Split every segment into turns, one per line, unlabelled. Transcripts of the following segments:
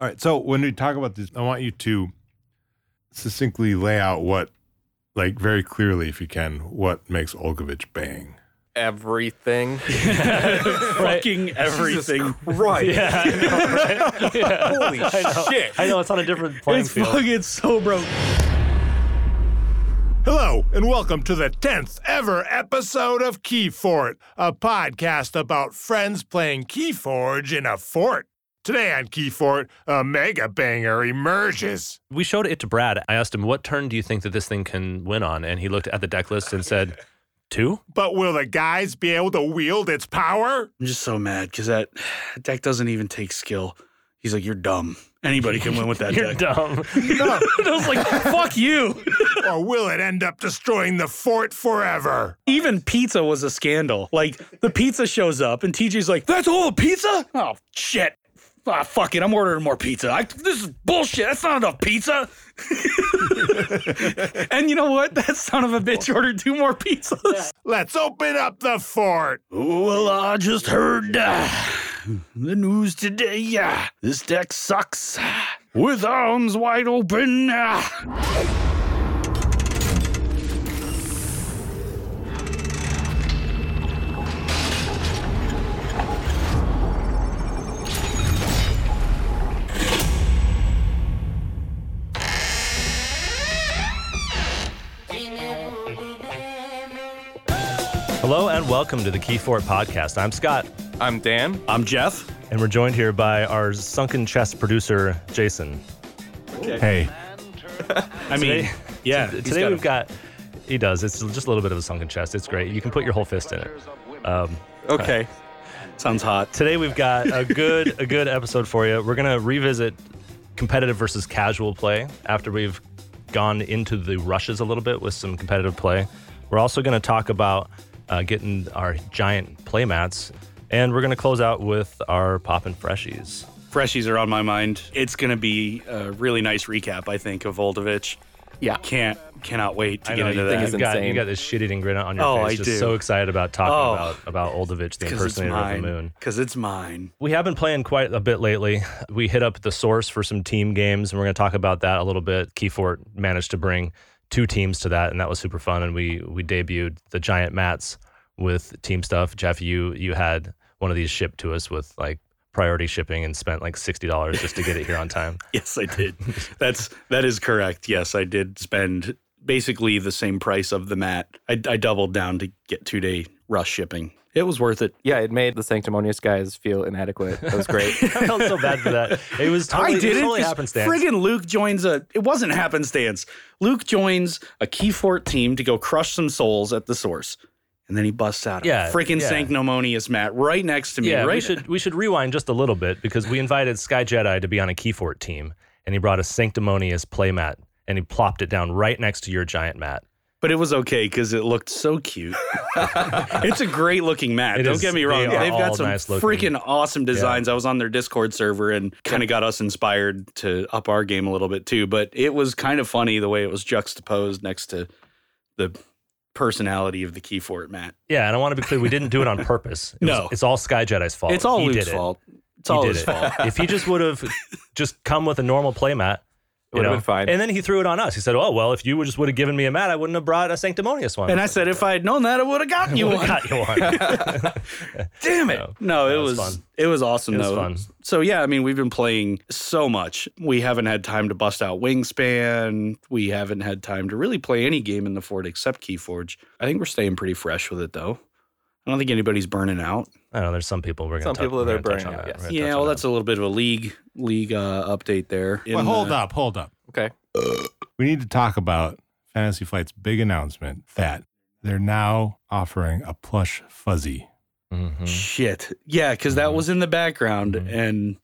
All right. So when we talk about this, I want you to succinctly lay out what, like, very clearly, if you can, what makes Olgovich bang.
Everything.
Right.
Fucking everything.
right.
Yeah, I know, right? Yeah.
Holy shit.
I know it's on a different playing
It's
field.
fucking so broke.
Hello, and welcome to the 10th ever episode of Key Fort, a podcast about friends playing Key Forge in a fort. Today on Key Fort, a mega banger emerges.
We showed it to Brad. I asked him, "What turn do you think that this thing can win on?" And he looked at the deck list and said, two?
But will the guys be able to wield its power?
I'm just so mad because that deck doesn't even take skill. He's like, you're dumb. Anybody can win with that
You're
deck.
dumb.
No.
And I was like, fuck you.
or will it end up destroying the fort forever?
Even pizza was a scandal. Like the pizza shows up and TJ's like, that's all the pizza? Oh shit. Ah, fuck it. I'm ordering more pizza. I, this is bullshit. That's not enough pizza. and you know what? That son of a bitch ordered two more pizzas.
Let's open up the fort.
Well, I just heard uh, the news today. Uh, this deck sucks. With arms wide open. Uh.
Hello and welcome to the Key Fort podcast. I'm Scott,
I'm Dan.
I'm Jeff.
and we're joined here by our sunken chest producer, Jason.
Hey,
I mean, yeah. he's
Today
got
we've
a-
got. He does. It's just a little bit of a sunken chest. It's great. You can put your whole fist in it. Um,
Okay.
Sounds hot.
today we've got a good a good episode for you. We're gonna revisit competitive versus casual play after we've gone into the rushes a little bit with some competitive play. We're also gonna talk about uh, getting our giant play mats, and we're gonna close out with our poppin' freshies.
freshies are on my mind. It's going to be a really nice recap, I think, of Voldovich.
Yeah.
Can't cannot wait to get into
think
you,
that
it's
you've got, you
insane.
got this shit eating grin on your
Oh,
face.
I
just
do.
so excited about talking
Oh.
about about Oldovich, the
because it's
impersonator of the moon.
mine. Because it's mine.
We have been playing quite a bit lately. We hit up the source for some team games, and we're going to talk about that a little bit. Keyfort managed to bring two teams to that, and that was super fun. And we we debuted the giant mats with team stuff. Jeff, you you had one of these shipped to us with like priority shipping and spent like sixty dollars just to get it here on time.
Yes, I did. That's that is correct. Yes, I did spend basically the same price of the mat. I, I doubled down to get two day rush shipping. It was worth it.
Yeah, it made the sanctimonious guys feel inadequate. That was great.
I felt so bad for that. It was totally,
I did it.
it was totally
'cause
happenstance.
Friggin' Luke joins a. It wasn't happenstance. Luke joins a Keyfort team to go crush some souls at the source, and then he busts out.
Yeah,
a Friggin'
yeah.
sanctimonious Matt right next to me.
Yeah,
right.
we should we should rewind just a little bit because we invited Sky Jedi to be on a Keyfort team, and he brought a sanctimonious playmat and he plopped it down right next to your giant mat.
But it was okay because it looked so cute. it's a great looking mat.
It
Don't
is-
get me wrong.
they are
They've
all
got some
nice looking.
freaking awesome designs. I was on their Discord server and kind of got us inspired to up our game a little bit too. But it was kind of funny the way it was juxtaposed next to the personality of the Keyfort mat.
Yeah, and I want to be clear, we didn't do it on purpose. It was-
No.
it's all Sky Jedi's fault.
It's all
he
Luke's
did it.
fault. It's
He
all
did
his
it.
fault.
If he just would have just come with a normal playmat, you
Would've
know,
been fine.
And then he threw it on us. He said, "Oh well, if you would just would have given me a mat, I wouldn't have brought a sanctimonious one."
And I said, if I had known that, I would have gotten you
"Would've
one.
got you one."
Damn it! No, it
it was
was,
fun.
it was awesome
It was
though.
fun.
So yeah, I mean, we've been playing so much. We haven't had time to bust out Wingspan. We haven't had time to really play any game in the fort except Keyforge. I think we're staying pretty fresh with it though. I don't think anybody's burning out.
I don't know. There's some people we're going
Some
to
people that are
touch
burning
on
out,
that.
yes.
We're gonna touch
Yeah,
on
well,
that.
that's a little bit of a league league uh, update there.
Well, hold up, hold up.
Okay.
We need to talk about Fantasy Flight's big announcement that they're now offering a plush fuzzy.
Mhm.
Shit. Yeah, because that
Mhm.
was in the background,
Mhm.
and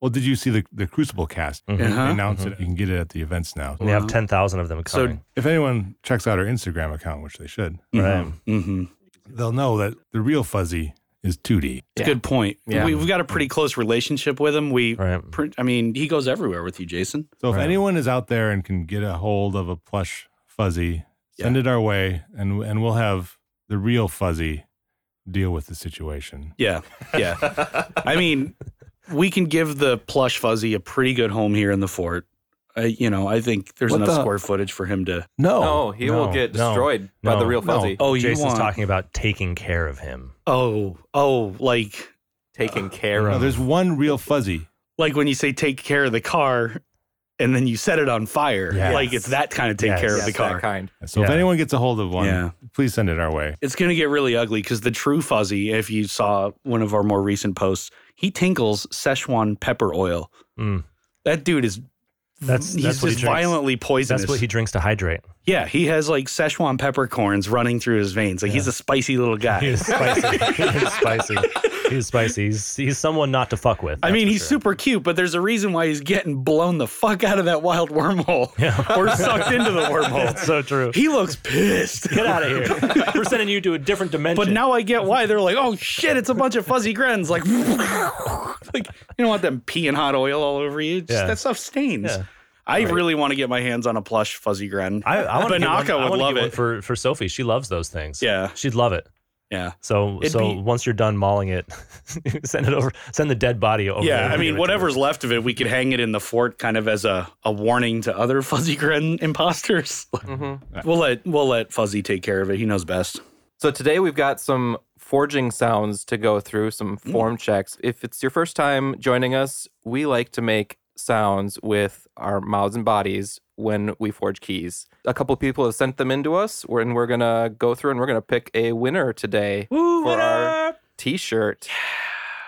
Well, did you see the, the Crucible cast?
Mhm.
Uh-huh.
They announced it. You can get it at the events now.
And They have ten thousand of them
So-
coming.
If anyone checks out our Instagram account, which they should,
Right.
hmm
they'll know that the real fuzzy is 2D.
It's
Yeah.
a good point.
Yeah.
We, we've got a pretty close relationship with him. We,
right.
pr- I mean, he goes everywhere with you, Jason.
So if
Right.
anyone is out there and can get a hold of a plush fuzzy, send it our way and and we'll have the real fuzzy deal with the situation.
Yeah, yeah. I mean, we can give the plush fuzzy a pretty good home here in the fort. I, you know, I think there's
What
enough
the-
square footage for him to.
No.
no, Oh, he will
Oh, no,
get
no,
destroyed by
no,
the real
no.
fuzzy.
Oh, you
Jason's
want-
talking about taking care of him.
Oh, oh, like
Taking care
no,
No,
of.
there's one real fuzzy.
like when you say take care of the car, and then you set it on fire.
Yes.
Like it's that kind of take
Mm-hmm. Yes.
care
Yes,
of the
that
car.
kind.
So if
Yeah.
anyone gets a hold of one,
Yeah.
please send it our way.
It's going to get really ugly because the true fuzzy, if you saw one of our more recent posts, he tinkles Szechuan pepper oil.
Mm.
That dude is
That's
he's
that's what he
just
drinks.
violently poisonous.
That's what he drinks to hydrate.
yeah, he has like Szechuan peppercorns running through his veins. Like he's a spicy little guy.
He's spicy. He's spicy. He's spicy. He's, he's someone not to fuck with.
I
that's
mean,
for
he's
sure.
super cute, but there's a reason why he's getting blown the fuck out of that wild wormhole or sucked into the
That's
wormhole.
so true.
He looks pissed.
Get out of here. We're sending you to a different dimension.
But now I get why they're like, oh shit, it's a bunch of fuzzy grens. Like, like you don't want them peeing hot oil all over you. Just,
Yeah.
That stuff stains.
Yeah.
I really want to get my hands on a plush fuzzy gren.
I, I want
Banaka would love it.
for for Sophie. She loves those things.
Yeah.
she'd love it.
yeah.
So
It'd
so
be-
once you're done mauling it, send it over. Send the dead body over.
Yeah.
there.
I
We'll give it
mean,
to
whatever's left of it, we could hang it in the fort kind of as a, a warning to other fuzzy gren imposters.
Mm-hmm.
Mhm.
we'll let we'll let Fuzzy take care of it. He knows best.
So today we've got some forging sounds to go through, some
Mm.
form checks. If it's your first time joining us, we like to make sounds with our mouths and bodies when we forge keys. A couple people have sent them in to us, we're- and we're gonna go through and we're gonna pick a winner today for our t-shirt.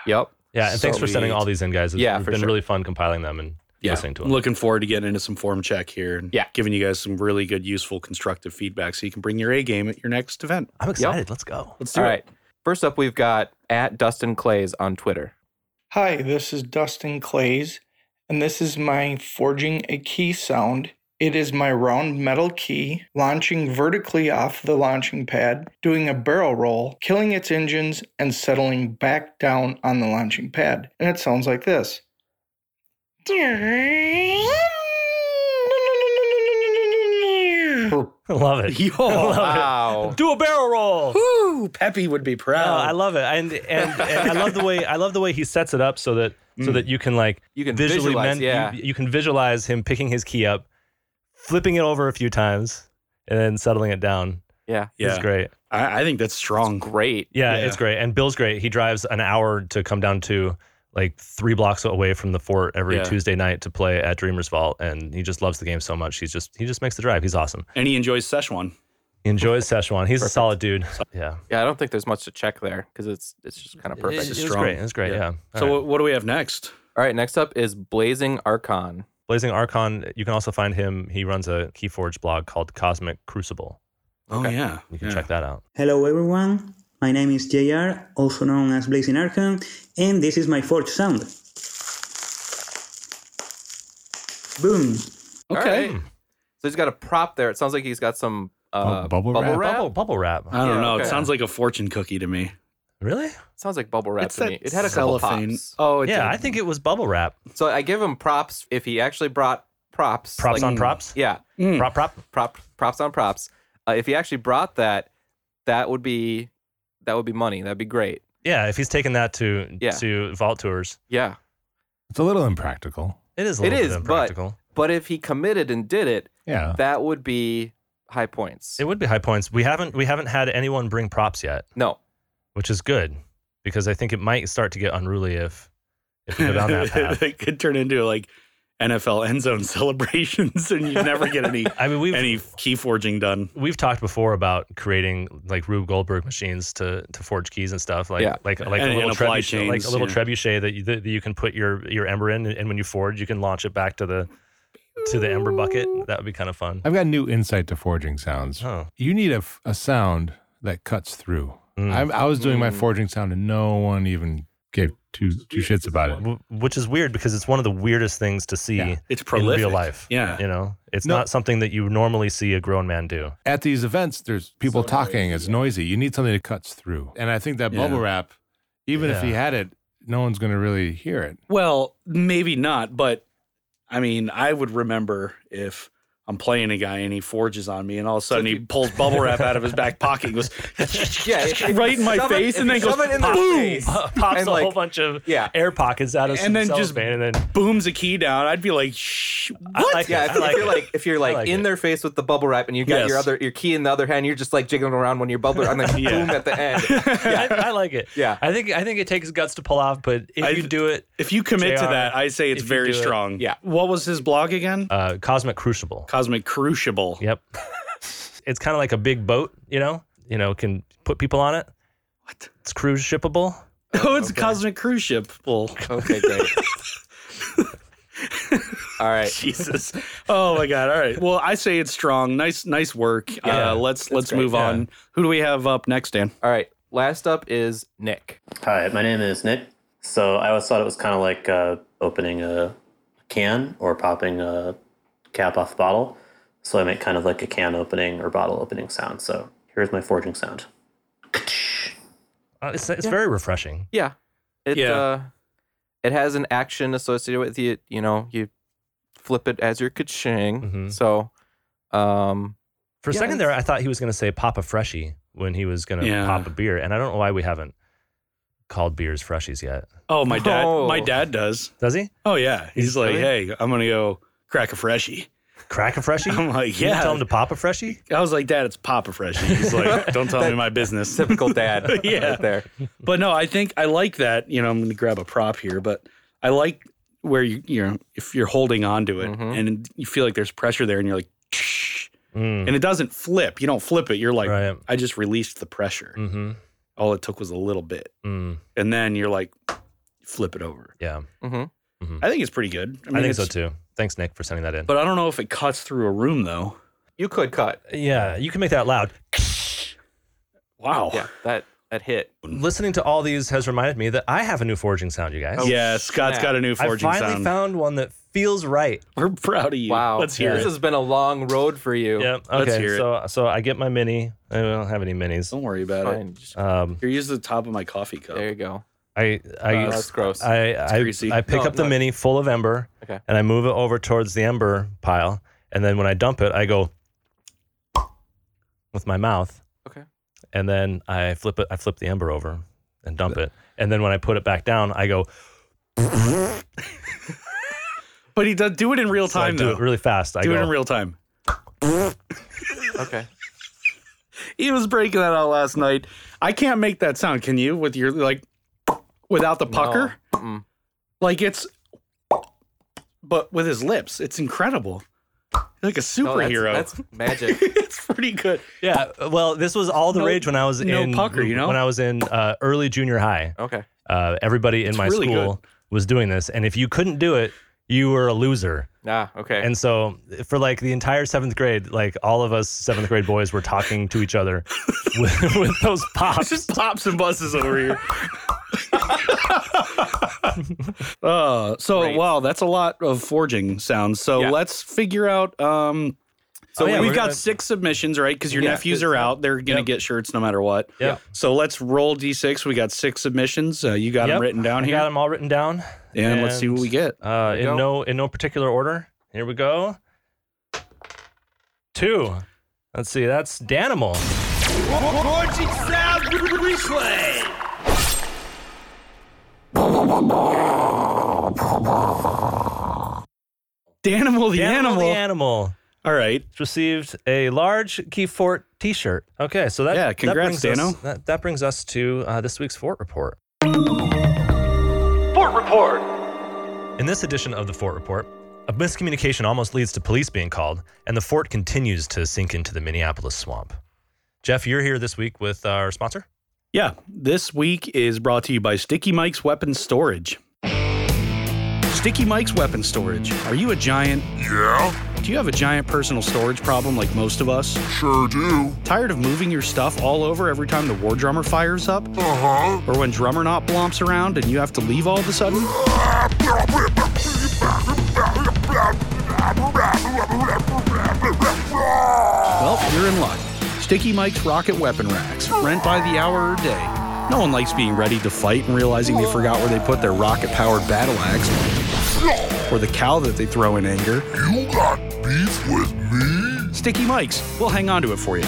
Yep.
it. Yeah, and thanks for sending
Sweet.
all these in, guys. It's,
Yeah,
it's
for
been
sure.
really fun compiling them and listening to them.
Looking forward to getting into some form check here and
Yeah.
giving you guys some really good, useful, constructive feedback so you can bring your A game at your next event.
I'm excited. Let's go.
Let's do
All
it.
right. First up, we've got at Dustin Clays on Twitter.
Hi, this is Dustin Clays, and this is my forging a key sound. It is my round metal key launching vertically off the launching pad, doing a barrel roll, killing its engines, and settling back down on the launching pad. And it sounds like this.
I love it.
Yo,
I love
Wow.
it. Do a barrel roll.
Woo, Peppy would be
No,
proud.
I love it, and, and and I love the way I love the way he sets it up so that so that you can like
You Mm. can
visually
visualize,
men-
yeah.
you, you can visualize him picking his key up, flipping it over a few times, and then settling it down.
yeah.
yeah,
It's great.
I, I think that's strong.
Great.
Yeah,
Yeah.
it's great. And Bill's great. He drives an hour to come down to like three blocks away from the fort every
Yeah.
Tuesday night to play at Dreamer's Vault, and he just loves the game so much. He's just he just makes the drive. He's awesome.
And he enjoys Szechuan.
He enjoys Szechuan. He's a solid dude. Yeah,
Yeah, I don't think there's much to check there because it's it's just kind of perfect.
It,
is
it was
strong.
great. It was great.
Yeah.
Yeah. All
so,
right.
what, what do we have next?
All right, next up is Blazing Archon.
Blazing Archon. You can also find him. He runs a Keyforge blog called Cosmic Crucible.
Oh, yeah.
You can
yeah.
check that out.
Hello everyone, my name is JR, also known as Blazing Arkham, and this is my forge sound. Boom!
Okay.
All right. So he's got a prop there. It sounds like he's got some uh,
Bu- bubble wrap?
Bubble bubble wrap.
I don't
Yeah,
know. It
okay.
sounds like a fortune cookie to me.
Really?
Sounds like bubble wrap to me. It had a couple pops.
Oh, it
Yeah,
did.
I think it was bubble wrap.
So I give him props if he actually brought props.
Props
like-
on props.
Yeah,
Mm.
Prop prop.
prop props on props. Uh, if he actually brought that, that would be that would be money. That'd be great.
Yeah, if he's taking that to
Yeah.
to vault tours,
Yeah,
It's a little impractical.
it is a
It
little
is,
bit
but-
impractical.
but if he committed and did it,
Yeah.
that would be high points.
It would be high points. We haven't we haven't had anyone bring props yet,
no,
which is good because I think it might start to get unruly if if we go down that path.
it could turn into like NFL end zone celebrations and you never get any
I mean, we've
any key forging done.
we've talked before about creating like Rube Goldberg machines to to forge keys and stuff like
Yeah.
like like
And-
a little
and apply
trebuchet, like a
chains,
little
yeah.
trebuchet that you, that you can put your your ember in, and when you forge, you can launch it back to the to the ember bucket. That would be kind of fun.
I've got new insight to forging sounds.
Oh,
You need a, f- a sound that cuts through.
Hmm.
Mm.
I, I was doing my
Mm.
forging sound and no one even gave two two shits about it.
Wh- which is weird because it's one of the weirdest things to see
Yeah.
It's
in
prolific.
real life.
Yeah.
You know, it's
No.
not something that you normally see a grown man do.
At these events, there's people talking. It's noisy. You need something that cuts through. And I think that
Yeah.
bubble wrap, even if he
Yeah.
had it, no one's going to really hear it.
Well, maybe not, but I mean, I would remember if I'm playing a guy and he forges on me, and all of a sudden he pulls bubble wrap out of his back pocket and goes
Yeah, if- if
right in
you
my
shove it-
face,
if
and
you
then goes
shove it in their
boom,
face,
pops
and,
a whole
like,
bunch of
yeah.
air pockets out of
And
some
then just-
cellophane, and then
booms a key down. I'd be like, Shh,
I
what?
like
Yeah,
it.
if,
I like
if you're
it.
like if you're like,
like
in
it.
their face with the bubble wrap and you got your
Yes.
other your key in the other hand, you're just like jiggling around when you're bubbling and then
Yeah.
boom at the end. Yeah.
I, I like it.
Yeah.
I think I think it takes guts to pull off, but if
I-
you do it,
If you commit to
JR,
that, I say it's
if you
very
do it-
strong.
Yeah.
What was his blog again?
uh, Cosmic Crucible.
Cosmic Crucible.
Yep. it's kind of like a big boat, you know. You know, can put people on it.
What?
It's cruise shippable.
Oh, it's
Okay.
Cosmic Cruise Ship. Well,
Okay, great. All right.
Jesus. Oh my God. All right. Well, I say it's strong. Nice, nice work. uh, let's let's
great.
move
Yeah.
on. Who do we have up next, Dan?
All right. Last up is Nick.
Hi, my name is Nick. So I always thought it was kind of like uh, opening a can or popping a cap off a bottle. So I make kind of like a can opening or bottle opening sound. So here's my forging sound.
Uh, it's it's very refreshing.
Yeah. It
Yeah.
uh it has an action associated with it, you know, you flip it as you're ka-ching.
Mhm.
So um
For a
Yeah,
second there, I thought he was going to say "Pop a freshie" when he was going to
Yeah.
pop a beer, and I don't know why we haven't called beers freshies yet.
Oh, my dad.
Oh.
My dad does.
Does he
Oh yeah. He's like,
really?
hey, I'm gonna go crack a freshie.
crack a freshie?
I'm like,
You didn't
yeah.
tell him to pop a freshie.
I was like, Dad, it's Papa Freshie. He's like, don't tell me my business.
typical dad
Yeah.
right there.
But no, I think I like that. You know, I'm going to grab a prop here, but I like where you you know if you're holding on to it
Mm-hmm.
Mhm.
and you feel like there's pressure there, and you're like, "Shh,"
Mm,
and it doesn't flip. You don't flip it. You're like,
right.
I just released the pressure.
Mm-hmm.
All it took was a little bit,
Mm,
and then you're like, flip it over.
yeah,
hmm
I think it's pretty good.
I, think so
it's-
too. Thanks, Nick, for sending that in.
But I don't know if it cuts through a room though.
You could cut.
yeah, you can make that loud.
Wow.
Yeah, that that hit.
Listening to all these has reminded me that I have a new forging sound, you guys.
Oh,
yeah, Scott's
snap.
got a new
I
forging
finally
sound.
found one that feels right.
We're proud of you.
Wow.
Let's hear
Yeah.
This
it.
has been a long road for you.
Yeah. Okay.
Let's hear it.
so so I get my mini. I don't have any minis.
Don't worry about it.
Fine. Just-
Um,
Here, use the top of my coffee cup.
there you go.
I I
Uh, that's gross.
I
greasy.
I, I pick
No,
up the
no.
mini full of ember.
Okay.
And I move it over towards the ember pile, and then when I dump it, I go with my mouth.
Okay.
And then I flip it. I flip the ember over and dump it. And then when I put it back down, I go
But he does do it in real
so I
time
do
though.
it really fast. I
do
go,
it in real time.
Okay.
He was breaking that out last night. I can't make that sound. Can you? With your like, without the pucker,
No. Mm-mm.
like it's, but with his lips, it's incredible. Like a
No, that's-
superhero.
That's, magic.
it's pretty good.
Yeah. Well, this was all the
No-
rage when I was
no
in
pucker, you know?
when I was in uh, early junior high.
Okay.
Uh, everybody in my
really
school was doing this, and if you couldn't do it, you were a loser.
Ah, okay.
And so, for like the entire seventh grade, like all of us seventh grade boys were talking to each other with, with those
It's
pops.
just pops and buses over here. uh, so
Great.
wow, that's a lot of forging sounds. So
Yeah.
let's figure out. Um,
So
so
Oh, yeah,
we've
we're
got
gonna-
six submissions, right? Because your
Yeah,
nephews
good.
are out; they're gonna
Yep.
get shirts no matter what.
Yep.
So let's roll d6. We got six submissions. Uh, you got
Yep.
them written down
I
here,
got them all written down.
and, let's see what we get.
Uh,
Here we
in
go.
no in no particular order. Here we go. Two. Let's see. That's Danimal.
Danimal the
Danimal
animal.
the animal.
All right.
It's received a large Key Fort T-shirt. Okay, so that
Yeah,
that
congrats,
brings us-
Dano.
that, that brings us to uh, this week's Fort Report.
Fort Report.
In this edition of the Fort Report, a miscommunication almost leads to police being called, and the fort continues to sink into the Minneapolis swamp. Jeff, you're here this week with our sponsor.
Yeah. This week is brought to you by Sticky Mike's Weapon Storage. Sticky Mike's Weapon Storage. Are you a giant?
Yeah,
Do you have a giant personal storage problem like most of us?
sure do.
Tired of moving your stuff all over every time the war drummer fires up?
Uh
Or when drummer knot blomps around and you have to leave all of a sudden?
huh.
Well, you're in luck. Sticky Mike's Rocket Weapon Racks. Rent by the hour or day. No one likes being ready to fight and realizing they forgot where they put their rocket powered battle axe or the cow that they throw in anger.
You got
beats with me?
Sticky mics. We'll hang on to it for you.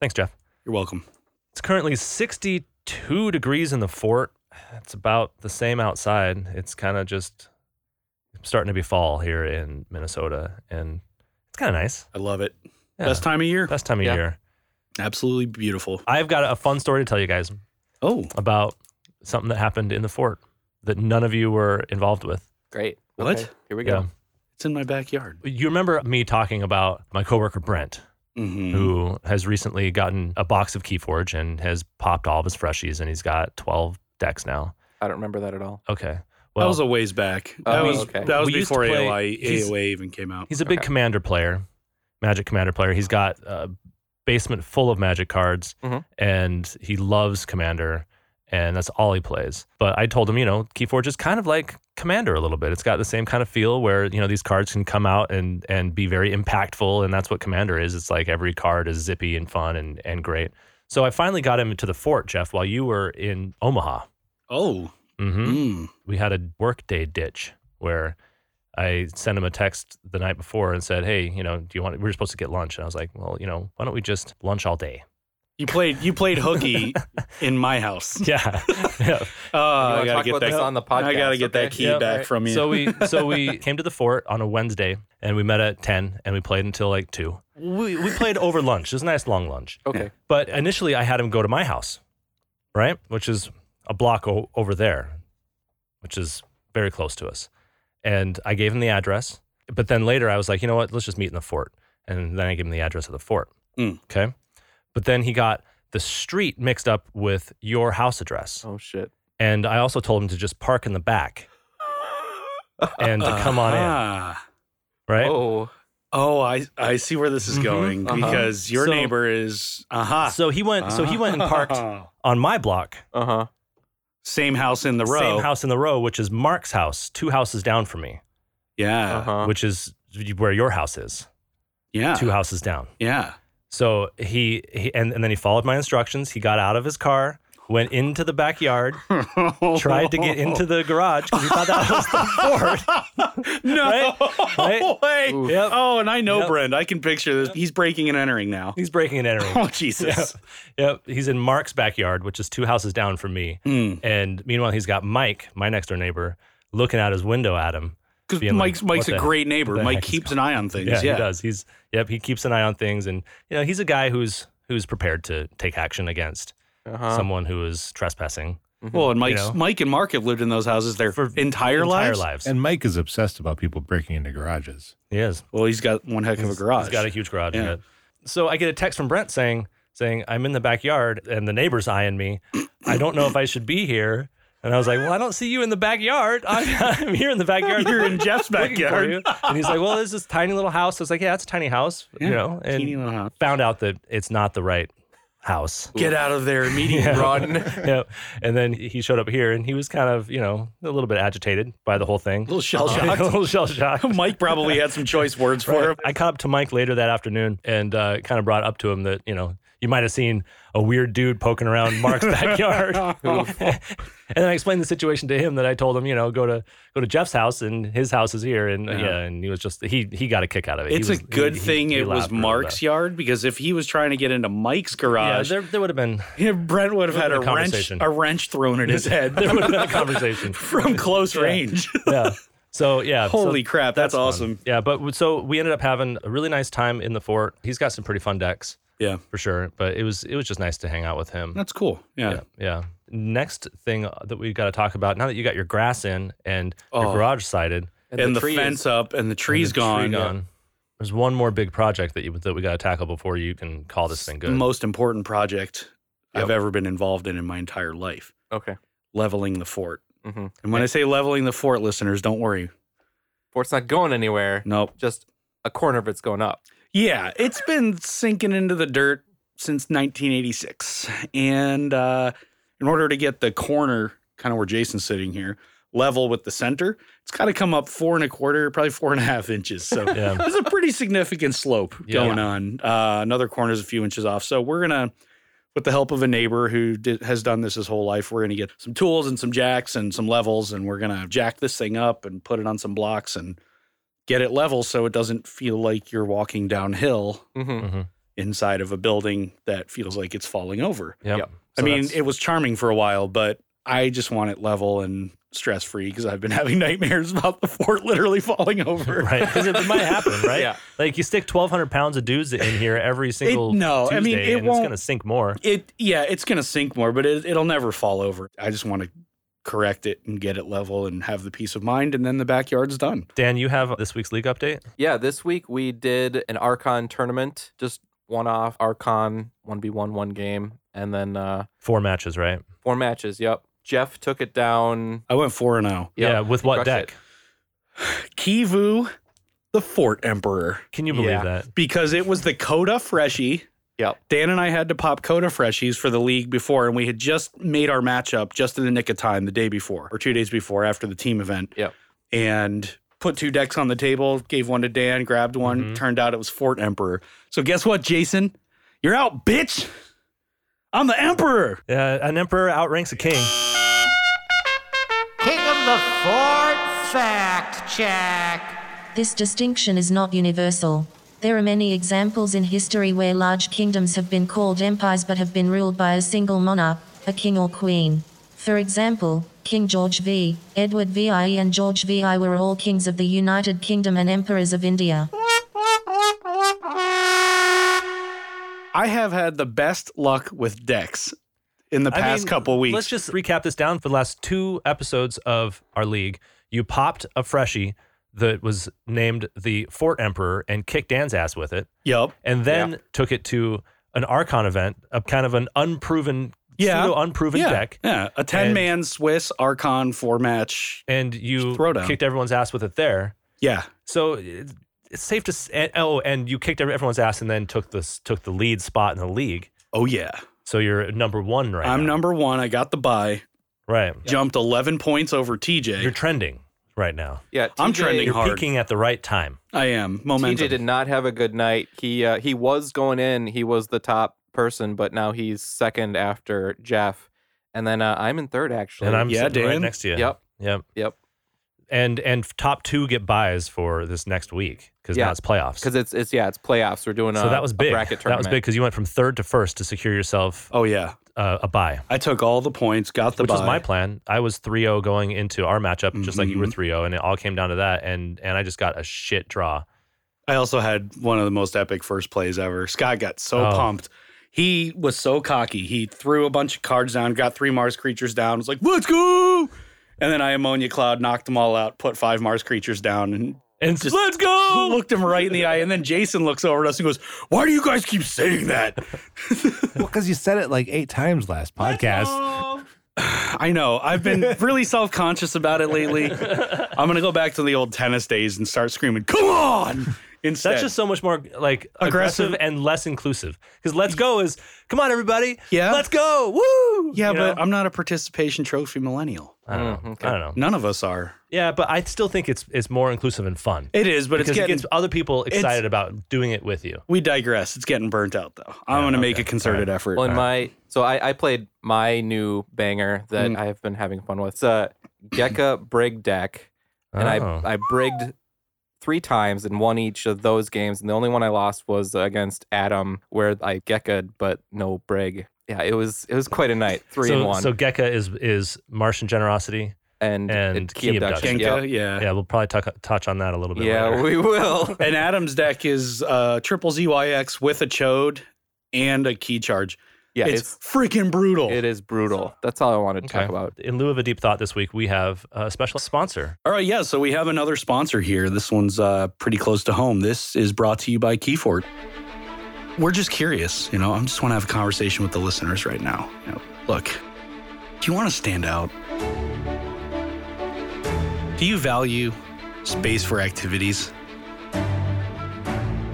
Thanks, Jeff.
You're welcome.
It's currently 62 degrees in the fort. It's about the same outside. It's kind of just starting to be fall here in Minnesota, and it's kind of nice.
I love it.
Yeah,
Best time of year.
best time of
Yeah.
year.
Absolutely beautiful.
I've got a fun story to tell you guys
Oh,
about something that happened in the fort that none of you were involved with.
Great.
What?
Okay, Here we go.
it's in my backyard.
You remember me talking about my coworker Brent,
Mm-hmm.
who has recently gotten a box of Keyforge and has popped all of his freshies, and he's got 12 decks now.
I don't remember that at all.
Okay.
that
Well,
was a ways back.
Oh,
that was
okay.
that was
We used to
before
play-
AOI,
he's-
AOA even came out.
He's a big
Okay.
commander player, magic commander player. He's got a basement full of magic cards
Mhm.
and he loves commander and that's all he plays. But I told him, you know, Keyforge is kind of like commander a little bit. It's got the same kind of feel where, you know, these cards can come out and and be very impactful and that's what commander is. It's like every card is zippy and fun and and great. So I finally got him to the fort, Jeff, while you were in Omaha.
Oh,
Mhm
mm.
we had a workday ditch where I sent him a text the night before and said, "Hey, you know, do you want? We were supposed to get lunch." And I was like, "Well, you know, why don't we just lunch all day?"
you played you played hooky in my house.
Yeah. yeah.
wanna
Oh, I gotta
talk
get
about
that
this on the
I gotta
podcast,
get that
okay?
key
Yeah.
back from you.
So we so we came to the fort on a Wednesday and we met at ten and we played until like two. We we played over lunch. It was a nice long lunch.
Okay.
But initially, I had him go to my house, right? Which is a block o- over there, which is very close to us. And I gave him the address. But then later, I was like, you know what? Let's just meet in the fort. And then I gave him the address of the fort.
Mm.
Okay. But then he got the street mixed up with your house address.
Oh shit.
And I also told him to just park in the back and
uh,
to come on in,
Ah.
right?
Oh.
Oh, I I see where this is
Mhm.
going
Uh-huh.
because your
So-
neighbor is uh-huh. Ah. aha.
So he went. So he went and parked on my block,
Uh huh.
Same house in the row.
same house in the row, which is Mark's house, two houses down from me.
Yeah.
Uh huh.
which is where your house is,
Uh-huh. Yeah.
Uh-huh. two houses down.
Yeah.
So he, he and, and then he followed my instructions. He got out of his car, went into the backyard, tried to get into the garage because he thought that was the fort.
No
Right? Right?
way.
Oof.
Yep.
Oh, and I know
Yep.
Brent. I can picture this. He's breaking and entering now.
He's breaking and entering.
Oh Jesus.
Yep, he's in Mark's backyard, which is two houses down from me.
Because
And meanwhile, he's got Mike, my next door neighbor, looking out his window at him. Being like,
Mike's Mike's a
what the-
great neighbor.
the
Mike
heck is
keeps an eye on things.
Yeah,
Yeah.
he does. He's yep, he keeps an eye on things, and you know, he's a guy who's who's prepared to take action against
Uh
Uh-huh.
huh.
someone who is trespassing
Well, and Mike's,
know?
Mike and Mark have lived in those houses their
For
entire,
entire
lives.
lives.
And Mike is obsessed about people breaking into garages.
He is.
Well, he's got one heck of a garage.
He's got a huge garage. in
Yeah.
it. So I get a text from Brent saying, saying I'm in the backyard and the neighbor's eyeing me. I don't know if I should be here. And I was like, well, I don't see you in the backyard. I'm, I'm here in the backyard.
You're in Jeff's
looking for
backyard.
you." And he's like, well, there's this tiny little house. I was like, yeah, it's a tiny house, you know, and
Teeny little house.
found out that it's not the right house.
Get out of there immediately.
Run.
yeah. And then he showed up here and he was kind of, you know, a little bit agitated by the whole thing.
little shell
a
shocked.
little shell shocked.
Mike probably had some choice words for him.
I caught up to Mike later that afternoon and uh, kind of brought up to him that you know you might have seen a weird dude poking around Mark's backyard, and then I explained the situation to him that I told him you know go to go to Jeff's house and his house is here and uh, yeah, and he was just he he got a kick out of it. He
It's
was-
a
he-
good
he-
thing
he
it was
laughed really
Mark's
loud.
yard because if he was trying to get into Mike's
Yeah,
garage,
there, there would have been
Brent would have had a
Would've been a
wrench,
conversation.
a wrench thrown at his head
there would have been a conversation
from close range.
Yeah. So yeah, so-
Holy crap, that's, awesome.
Yeah, but w- so we ended up having a really nice time in the fort. He's got some pretty fun decks
Yeah,
for sure, but it was it was just nice to hang out with him.
that's cool. Yeah.
Yeah. Yeah. Next thing uh, that we've got to talk about now that you got your grass in and
Oh.
your garage sided,
And, the,
tree
fence
is-
up and the tree's
the tree
gone.
gone, There's one more big project that you that we got to tackle before you can call this thing
The
good.
most important project I've
Yep.
ever been involved in in my entire life
Okay.
leveling the fort.
Mm-hmm.
And when I say leveling the fort, listeners, don't worry.
Fort's not going anywhere.
Nope.
Just a corner of it's going up.
Yeah, it's been sinking into the dirt since 1986. And uh, in order to get the corner, kind of where Jason's sitting here, level with the center, it's got to come up four and a quarter, probably four and a half inches. So
Yeah.
there's a pretty significant slope
Yeah.
going on. Uh, another corner is a few inches off. So we're going to with the help of a neighbor who did, has done this his whole life, we're going to get some tools and some jacks and some levels, and we're going to jack this thing up and put it on some blocks and get it level so it doesn't feel like you're walking downhill
Mm-hmm.
inside of a building that feels like it's falling over.
Yep.
Yep.
I
So
mean,
that's-
it was charming for a while, but I just want it level and stress free because I've been having nightmares about the fort literally falling over.
right because it might happen, right?
Yeah.
Like you stick 1,200 pounds of dudes in here every single
no,
Tuesday,
I mean, it
and it's
won't-
gonna sink more.
It yeah, it's gonna sink more, but it, it'll never fall over. I just want to correct it and get it level and have the peace of mind, and then the backyard's done.
Dan, you have this week's league update.
Yeah, this week we did an Archon tournament, just one off Archon 1v1 one game, and then uh,
Four matches, right?
four matches. Yep. Jeff took it down.
I went four and zero.
Yeah. With
he
what
crushed
deck?
it.
Kivu, the fort emperor,
Can you believe
Yeah.
that?
because it was the Coda Freshie.
Yep.
Dan and I had to pop Coda Freshies for the league before, and we had just made our matchup just in the nick of time the day before or two days before after the team event.
Yep.
And put two decks on the table, gave one to Dan, grabbed one.
Mhm.
Turned out it was Fort Emperor. So guess what, Jason? You're out, bitch. I'm the Emperor.
Uh, an emperor outranks a king.
King of the Fort Fact Check.
This distinction is not universal. There are many examples in history where large kingdoms have been called empires but have been ruled by a single monarch, a king or queen. For example, King George V, Edward VI, and George VI were all kings of the United Kingdom and emperors of India.
I have had the best luck with decks in the
I
past
mean,
couple weeks.
Let's just recap this down for the last two episodes of our league. You popped a freshie that was named the Fort Emperor and kicked Dan's ass with it,
Yup.
and then took it to an Archon event, a kind of an unproven,
Yeah.
pseudo unproven
Yeah.
deck,
Yeah. A 10 man Swiss Archon four match.
and you
Throwdown.
kicked everyone's ass with it there.
Yeah.
So it- it's safe to s- and, oh, and you kicked every- everyone's ass and then took this took the lead spot in the league.
Oh, yeah.
So you're number one right
I'm
now.
number one. I got the buy.
right.
Jumped 11 points over TJ.
You're trending right now.
Yeah.
I'm
TJ
trending
You're
hard.
peaking at the right time.
I am.
TJ
Momentum.
did not have a good night. He uh, he was going in. He was the top person, but now he's second after Jeff, and then uh, I'm in third actually.
And I'm
Yeah,
sitting right
Dan.
next to you.
Yep.
Yep.
Yep.
And and top two get buys for this next week because
Yeah,
now it's playoffs.
because it's it's yeah it's playoffs. We're doing a,
so that was
a
big.
bracket
That was
tournament.
big because you went from third to first to secure yourself
Oh, yeah.
uh, a buy,
I took all the points, got the
which
buy.
was my plan. I was 3-0 going into our matchup, just like you were 3-0, and it all came down to that. And and I just got a shit draw.
I also had one of the most epic first plays ever. Scott got so
Oh.
pumped. He was so cocky. He threw a bunch of cards down, got three Mars creatures down, was like, let's go. And then I ammonia cloud, knocked them all out, put five Mars creatures down, and
And
Just-
let's go.
looked him right in the eye. And then Jason looks over at us and goes, Why do you guys keep saying that?
Well, because you said it like eight times last podcast.
I know. I've been really self conscious about it lately. I'm going to go back to the old tennis days and start screaming, Come on! Instead.
That's just so much more like aggressive,
Aggressive.
and less inclusive. Because let's go is come on everybody.
Yeah.
Let's go. Woo.
yeah,
You
but
know?
I'm not a participation trophy millennial.
I don't know.
Mm, okay.
I don't know.
None of us are.
Yeah, but I still think it's it's more inclusive and fun.
It is, but it's
because
getting.
it gets other people excited about doing it with you.
we digress. It's getting burnt out, though. I'm going to make a concerted effort.
Well, in my so I, I played my new banger that
Mm.
I have been having fun with. It's uh, a Gecka Brig deck, and
Oh.
I I brigged three times in one each of those games, and the only one I lost was against Adam, where I Gekka'd but no Brig. Yeah, it was it was quite a night, three
so,
and one,
So Gecka is is Martian generosity.
and,
and
it-
Key
key abduction.
Genka,
Yep.
yeah.
Yeah, we'll probably tuck, touch on that a little bit.
Yeah,
later.
we will.
And Adam's deck is uh, triple ZYX with a chode and a key charge.
Yeah,
it's,
it's
freaking brutal.
it is brutal. That's all I wanted to
Okay.
talk about.
In lieu of a deep thought this week, we have a special sponsor.
All right, yeah. So we have another sponsor here. This one's uh, pretty close to home. This is brought to you by Keyfort. We're just curious, you know. I just want to have a conversation with the listeners right now. You know, look, do you want to stand out? Do you value space for activities?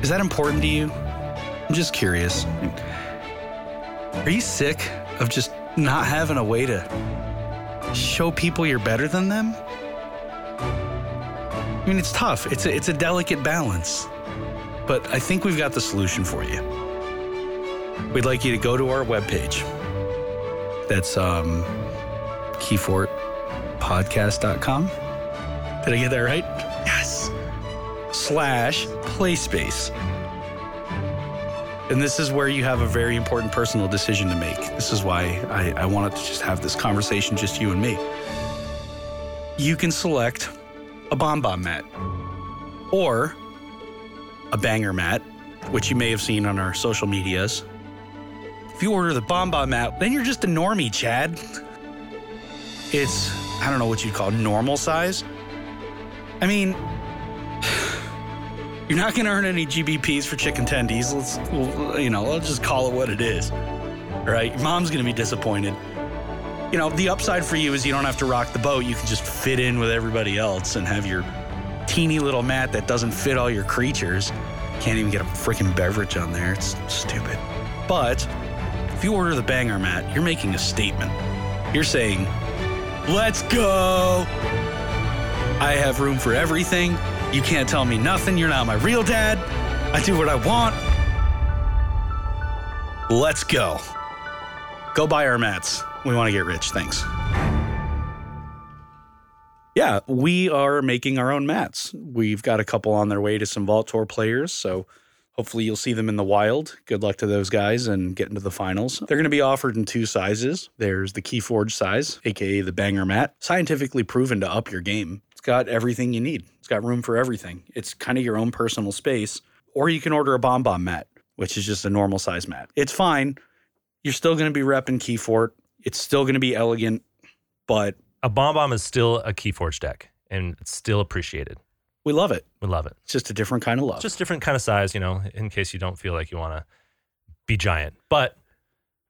Is that important to you? I'm just curious. Are you sick of just not having a way to show people you're better than them? I mean, it's tough. It's a, it's a delicate balance. But I think we've got the solution for you. we'd like you to go to our webpage. That's um, keyfortpodcast.com. Did I get that right? Yes. Slash PlaySpace. And this is where you have a very important personal decision to make. This is why I, I wanted to just have this conversation, just you and me. You can select a bomb bomb mat or a banger mat, which you may have seen on our social medias. If you order the bomb bomb mat, then you're just a normie, Chad. It's, I don't know what you'd call normal size. I mean, you're not going to earn any GBPs for chicken tendies. Let's, well, you know, let's just call it what it is. All right. Your mom's going to be disappointed. You know, the upside for you is you don't have to rock the boat. You can just fit in with everybody else and have your teeny little mat that doesn't fit all your creatures. Can't even get a freaking beverage on there. It's stupid. But if you order the banger mat, you're making a statement. You're saying, let's go. I have room for everything. You can't tell me nothing. You're not my real dad. I do what I want. Let's go. Go buy our mats. We want to get rich. Thanks. Yeah, we are making our own mats. We've got a couple on their way to some Vault Tour players, so hopefully you'll see them in the wild. Good luck to those guys and get into the finals. They're going to be offered in two sizes. There's the Keyforge size, aka the banger mat, scientifically proven to up your game. It's got everything you need. It's got room for everything. It's kind of your own personal space. Or you can order a bomb bomb mat, which is just a normal size mat. It's fine. You're still going to be repping Keyfort. It's still going to be elegant, but
A bomb bomb is still a Keyforge deck, and it's still appreciated.
we love it.
We love it.
It's just a different kind of love.
It's just different kind of size, you know, in case you don't feel like you want to be giant. But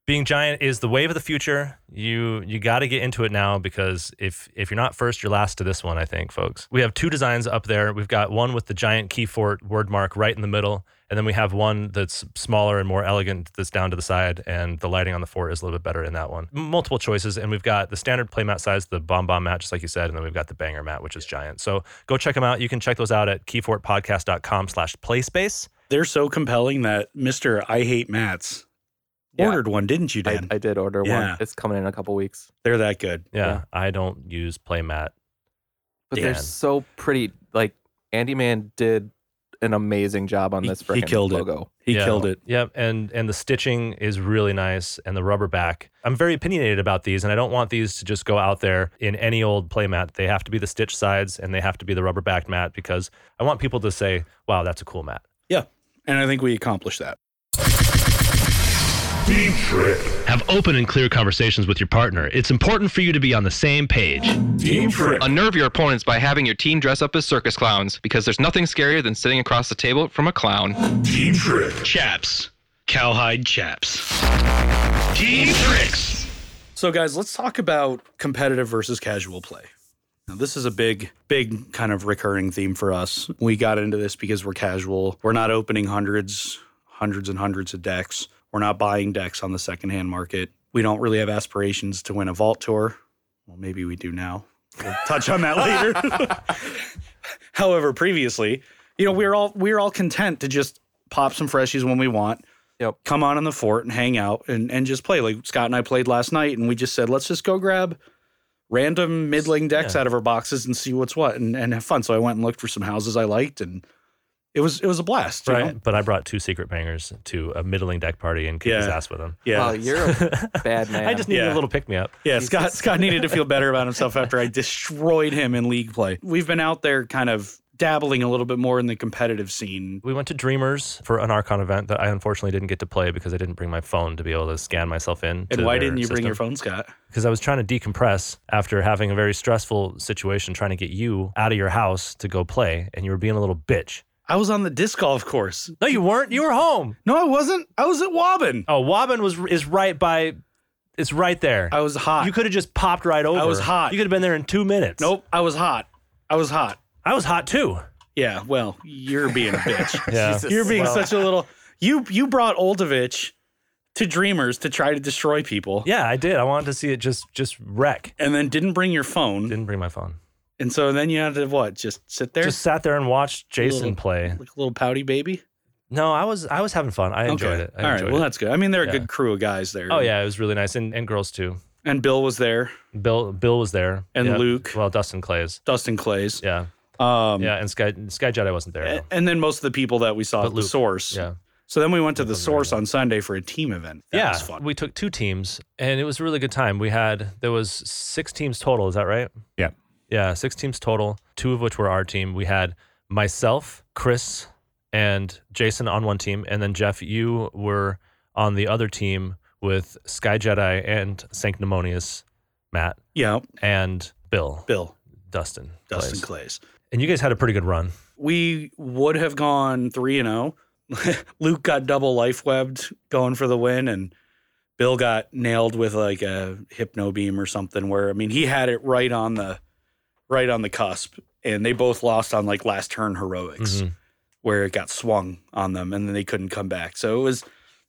being giant is the wave of the future. You you got to get into it now because if if you're not first, you're last to this one. I think, folks. We have two designs up there. We've got one with the giant Keyfort word mark right in the middle, and then we have one that's smaller and more elegant that's down to the side, and the lighting on the fort is a little bit better in that one. Multiple choices, and we've got the standard playmat size, the bomb bomb mat, just like you said, and then we've got the banger mat, which is giant. So go check them out. You can check those out at keyfortpodcast.com/slash/playspace.
They're so compelling that Mr. I Hate Mats
Yeah.
ordered one, didn't you,
I,
Dan?
I did order
Yeah.
one. It's coming in a couple weeks.
They're that good.
Yeah,
Yeah.
I don't use playmat.
But
Dan.
they're so pretty. Like Andy Man did an amazing job on
He-
this
he
frickin'
killed it.
logo.
He
Yeah.
killed it.
Yep, and and the stitching is really nice, and the rubber back. I'm very opinionated about these, and I don't want these to just go out there in any old playmat. They have to be the stitch sides, and they have to be the rubber back mat because I want people to say, "Wow, that's a cool mat."
Yeah. And I think we accomplished that.
Deep Trick.
Have open and clear conversations with your partner. It's important for you to be on the same page.
Deep Trick.
Unnerve your opponents by having your team dress up as circus clowns because there's nothing scarier than sitting across the table from a clown.
Deep Trick.
Chaps. Cowhide chaps.
Deep Tricks.
So, guys, let's talk about competitive versus casual play. Now, this is a big, big kind of recurring theme for us. We got into this because we're casual. We're not opening hundreds, hundreds, and hundreds of decks. We're not buying decks on the secondhand market. We don't really have aspirations to win a vault tour. Well, maybe we do now. We'll touch on that later. However, previously, you know, we're all we're all content to just pop some freshies when we want come on in the fort and hang out and, and just play. Like Scott and I played last night, and we just said, let's just go grab random middling decks out of our boxes and see what's what and, and have fun. So I went and looked for some houses I liked, and it was it was a blast. you know?
Right, but I brought two secret bangers to a middling deck party and kicked his
Yeah.
ass with them.
Yeah.
Wow, you're a bad man.
I just needed
Yeah.
a little pick me up.
Yeah, Scott Scott needed to feel better about himself after I destroyed him in league play. We've been out there kind of dabbling a little bit more in the competitive scene.
We went to Dreamers for an Archon event that I unfortunately didn't get to play because I didn't bring my phone to be able to scan myself in.
And why didn't you bring your phone, Scott?
Because I was trying to decompress after having a very stressful situation trying to get you out of your house to go play, and you were being a little bitch.
I was on the disc golf course.
No, you weren't. You were home.
No, I wasn't. I was at Wobbin.
Oh, Wobbin was is right by. It's right there.
I was hot.
you could have just popped right over.
was hot.
You could have been there in two minutes.
nope, I was hot. I was hot.
I was hot too.
Yeah, well, you're being a bitch.
Yeah.
you're being such a little. You you brought Oldovich to Dreamers to try to destroy people,
Yeah, I did. I wanted to see it just just wreck.
and then didn't bring your phone,
Didn't bring my phone.
and so then you had to what? Just sit there, Mm.
Just sat there and watched Jason
Little-
play.
like a little pouty baby.
No, I was I was having fun. I enjoyed
Okay.
it. I
All right.
enjoyed
Well,
it.
that's good. I mean, they're a
Yeah.
good crew of guys there.
Oh yeah, it was really nice, and, and girls too.
And Bill was there.
Bill Bill was there,
And
Yeah.
Luke.
Well, Dustin Clays.
Dustin Clays.
Yeah,
Um,
yeah, and Sky Sky Jedi wasn't there.
a- And then most of the people that we saw
But
at the
Luke.
source.
Yeah.
So then we went to the source on Sunday for a team event. That
yeah,
was fun.
we took two teams, and it was a really good time. We had there was six teams total. Is that right?
Yeah.
Yeah, six teams total. Two of which were our team. We had myself, Chris, and Jason on one team, and then Jeff, you were on the other team with Sky Jedi and Sanctimonious, Matt
Yeah.
and Bill,
Bill,
Dustin,
Dustin
Clays.
Clays.
and you guys had a pretty good run.
We would have gone 3 and 0. Luke got double life webbed going for the win and Bill got nailed with like a hypno beam or something where I mean he had it right on the right on the cusp and they both lost on like last turn heroics.
Mhm.
where it got swung on them and then they couldn't come back. So it was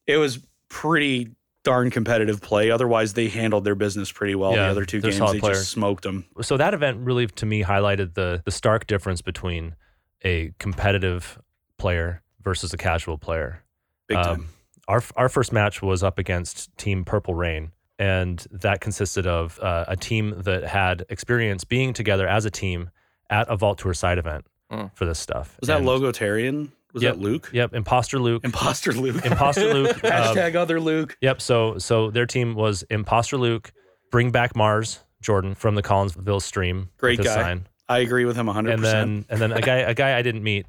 it was pretty darn competitive play. Otherwise, they handled their business pretty well.
Yeah,
the other two
they're
games,
solid
they
players.
just smoked them.
so that event really to me highlighted the the stark difference between a competitive player versus a casual player.
Big
Um,
time.
Our our first match was up against Team Purple Rain, and that consisted of uh, a team that had experience being together as a team at a Vault Tour side event
Mm.
for this stuff.
Was that
And-
Logotarian? Was
Yep.
that Luke?
Yep, Imposter Luke.
Imposter Luke.
Imposter Luke. uh,
Hashtag other Luke.
Yep. So so their team was Imposter Luke, Bring Back Mars, Jordan from the Collinsville stream.
Great
with his
guy.
Sign.
I agree with him 100%.
And then and then a guy a guy I didn't meet,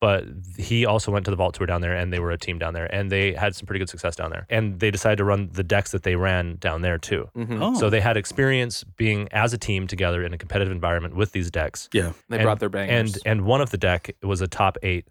but he also went to the vault tour down there, and they were a team down there, and they had some pretty good success down there. And they decided to run the decks that they ran down there too.
Mhm.
oh,
So they had experience being as a team together in a competitive environment with these decks.
yeah.
They
And-
brought their bangers.
And and one of the deck was a top eight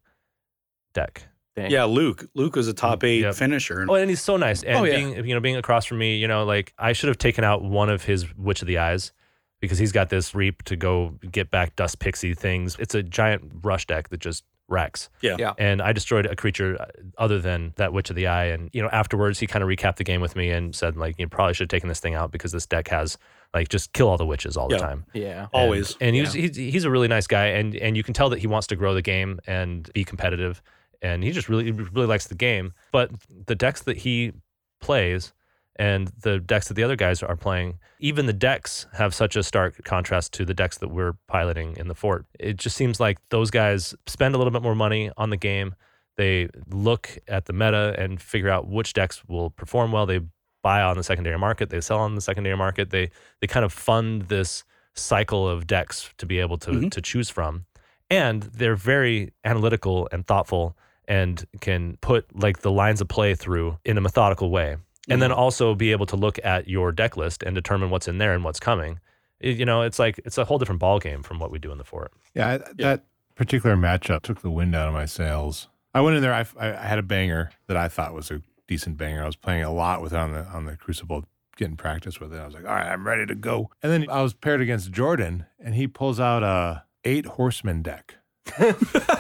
deck.
Dang.
Yeah, Luke. Luke was a top eight
Yep.
finisher.
Oh, and he's so nice. And
Oh, yeah.
being you know, being across from me, you know, like I should have taken out one of his Witch of the Eyes because he's got this reap to go get back dust pixie things. It's a giant rush deck that just wrecks.
Yeah.
Yeah.
And I destroyed a creature uh, other than that Witch of the Eye. And, you know, afterwards he kind of recapped the game with me and said, like, you probably should have taken this thing out because this deck has like just kill all the witches all
Yeah.
the time.
Yeah.
And-
Always.
And, he's, he's he's a really nice guy, and and you can tell that he wants to grow the game and be competitive, and he just really he really likes the game. But the decks that he plays and the decks that the other guys are playing, even the decks have such a stark contrast to the decks that we're piloting in the fort. It just seems like those guys spend a little bit more money on the game. They look at the meta and figure out which decks will perform well. They buy on the secondary market. They sell on the secondary market. They they kind of fund this cycle of decks to be able to
Mhm.
to choose from and they're very analytical and thoughtful and can put like the lines of play through in a methodical way and then also be able to look at your deck list and determine what's in there and what's coming Y- you know it's like it's a whole different ball game from what we do in the fort
Yeah, I, that particular matchup took the wind out of my sails. I went in there. I, f- I- I had a banger that I thought was a decent banger. I was playing a lot with it on the on the Crucible, getting practice with it. I was like, all right, I'm ready to go. And then I was paired against Jordan, and he pulls out a eight horseman deck,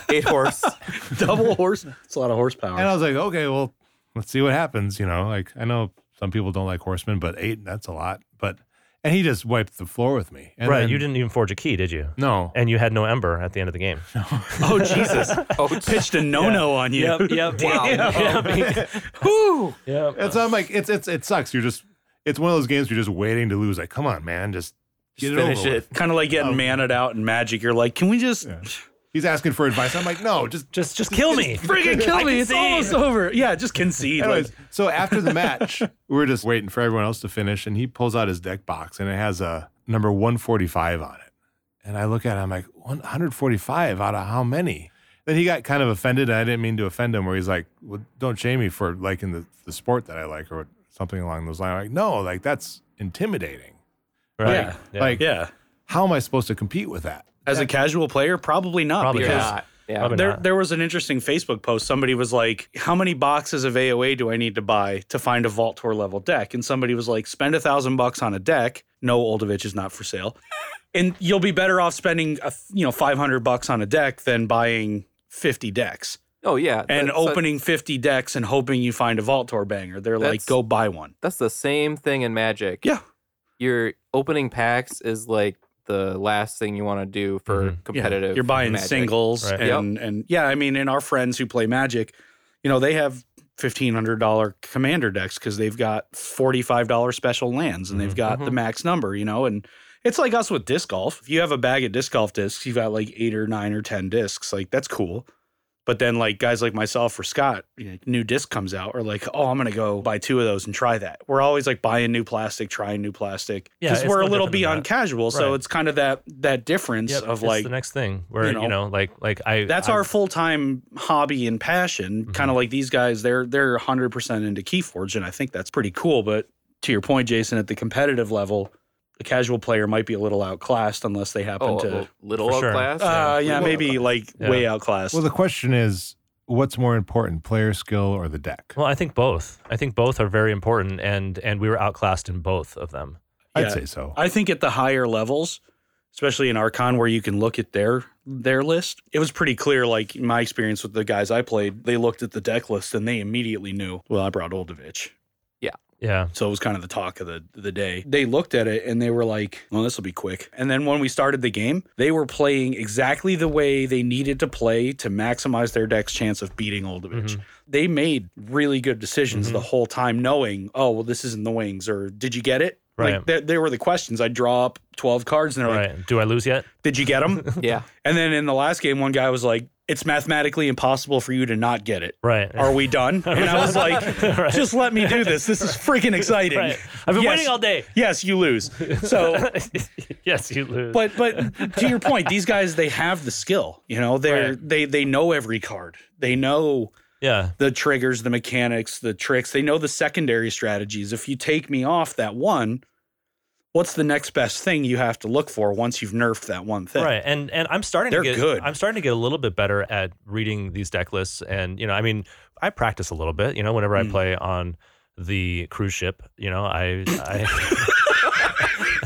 Eight horse.
Double horse. It's a lot of horsepower.
and I was like, okay, well, let's see what happens. You know, like I know some people don't like horsemen, but eight that's a lot. But and he just wiped the floor with me. And
right
then-
you didn't even forge a key did you
No,
and you had no ember at the end of the game
oh, Jesus.
Oh,
Pitched a no no on you.
yep
Wow.
yep,
Woo!
yep.
It's I'm like it's it's it sucks. You're just it's one of those games you're just waiting to lose. Like, come on, man, just get
Just
it over
finish
with.
it.
Kind of like
Oh.
getting manted out in magic. You're like, can we just
Yeah. He's asking for advice. I'm like, no, just
just just kill me
friggin' kill
I
me? It's
concede.
almost over. Yeah, just concede. like-
anyways. So after the match, we're just waiting for everyone else to finish, and he pulls out his deck box, and it has a number 145 on it. And I look at it, I'm like, 145 out of how many? Then he got kind of offended, and I didn't mean to offend him. Where he's like, well, "Don't shame me for liking the, the sport that I like," or something along those lines. I'm like, no, like that's intimidating.
right
Yeah.
Like,
yeah.
how am I supposed to compete with that?
As a casual player, probably not.
Probably
because
not.
Yeah.
Probably
There,
not.
there was an interesting Facebook post. Somebody was like, "How many boxes of AOA do I need to buy to find a Vault Tour level deck?" And somebody was like, "Spend a thousand bucks on a deck. No, Oldovich is not for sale, and you'll be better off spending, a, you know, five hundred bucks on a deck than buying fifty decks
Oh yeah.
and
That's-
opening fifty decks and hoping you find a Vault Tour banger." They're like,
That's-
"Go buy one."
That's the same thing in Magic.
Yeah.
Your opening packs is like the last thing you want to do for
Mhm.
Yeah,
competitive.
You're buying
Magic.
singles
Right.
and and yeah, I mean, and our friends who play Magic, you know, they have $1,500 commander decks because they've got $45 special lands
Mm-hmm.
and they've got the
Mhm.
max number, you know, and it's like us with disc golf. If you have a bag of disc golf discs, you've got like eight or nine or 10 discs. Like, that's cool. But then, like guys like myself or Scott, you know, new disc comes out, or like, oh, I'm gonna go buy two of those and try that. We're always like buying new plastic, trying new plastic,
Yeah,
because
it's
we're a
no
little
different than
beyond
that.
casual. So
Right.
it's kind of that that difference
Yep,
of
it's
like
the next thing where
you
you
know,
know, like like I
that's
I-
our full time hobby and passion.
Mm-hmm.
Kind of like these guys, they're they're hundred percent into KeyForge, and I think that's pretty cool. But to your point, Jason, at the competitive level, a casual player might be a little outclassed unless they happen
Oh,
to,
a little
For sure.
outclassed.
uh, yeah,
Little
maybe
outclassed.
like
Yeah.
way outclassed.
Well, the question is, what's more important, player skill or the deck?
Well, I think both. I think both are very important, and and we were outclassed in both of them.
Yeah.
I'd say so.
I think at the higher levels, especially in Archon, where you can look at their their list, it was pretty clear. Like in my experience with the guys I played, they looked at the deck list and they immediately knew. Well, I brought Oldovich,
Yeah,
so it was kind of the talk of the the day. They looked at it and they were like, "Well, this will be quick." And then when we started the game, they were playing exactly the way they needed to play to maximize their deck's chance of beating Oldovich. They made really good decisions the whole time, knowing, "Oh, well, this isn't the wings," or "Did you get it?" Like
Right.
they, they were the questions. I draw up twelve cards, and they're like,
right. Do I lose yet?
"Did you get them?"
Yeah.
and then in the last game, one guy was like, "It's mathematically impossible for you to not get it."
Right.
Are we done? And I was like,
Right.
just let me do this. This is freaking exciting.
Right. I've been
Yes.
waiting all day.
Yes, you lose. So,
yes, you lose.
but but to your point, these guys they have the skill. You know, they're
Right.
they they know every card. They know
yeah,
the triggers, the mechanics, the tricks. They know the secondary strategies. If you take me off that one, what's the next best thing you have to look for once you've nerfed that one thing?
right. And and I'm starting
They're
to get
good.
I'm starting to get a little bit better at reading these deck lists, and you know, I mean, I practice a little bit. You know, whenever
Hmm.
I play on the cruise ship, you know, I I.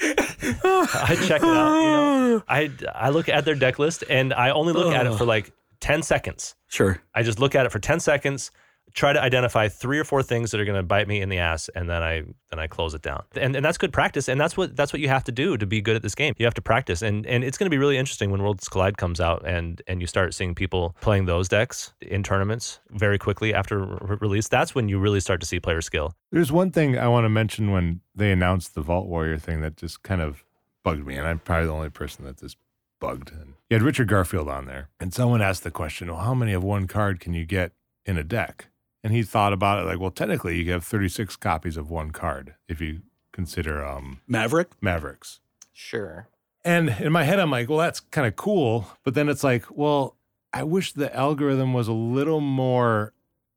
I check it out. You know, I I look at their deck list, and I only look at it for like ten seconds.
Sure.
I just look at it for 10 seconds, try to identify three or four things that are going to bite me in the ass, and then I then I close it down. And and that's good practice, and that's what that's what you have to do to be good at this game. You have to practice, and and it's going to be really interesting when Worlds Collide comes out, and and you start seeing people playing those decks in tournaments very quickly after re- release. That's when you really start to see player skill.
There's one thing I want to mention when they announced the Vault Warrior thing that just kind of bugged me, and I'm probably the only person that this bugged. And you had Richard Garfield on there, and someone asked the question, "Well, how many of one card can you get in a deck?" And he thought about it like, "Well, technically, you could have 36 copies of one card if you consider um,
Maverick.
Mavericks."
Sure.
And in my head, I'm like, well, that's kind of cool. But then it's like, well, I wish the algorithm was a little more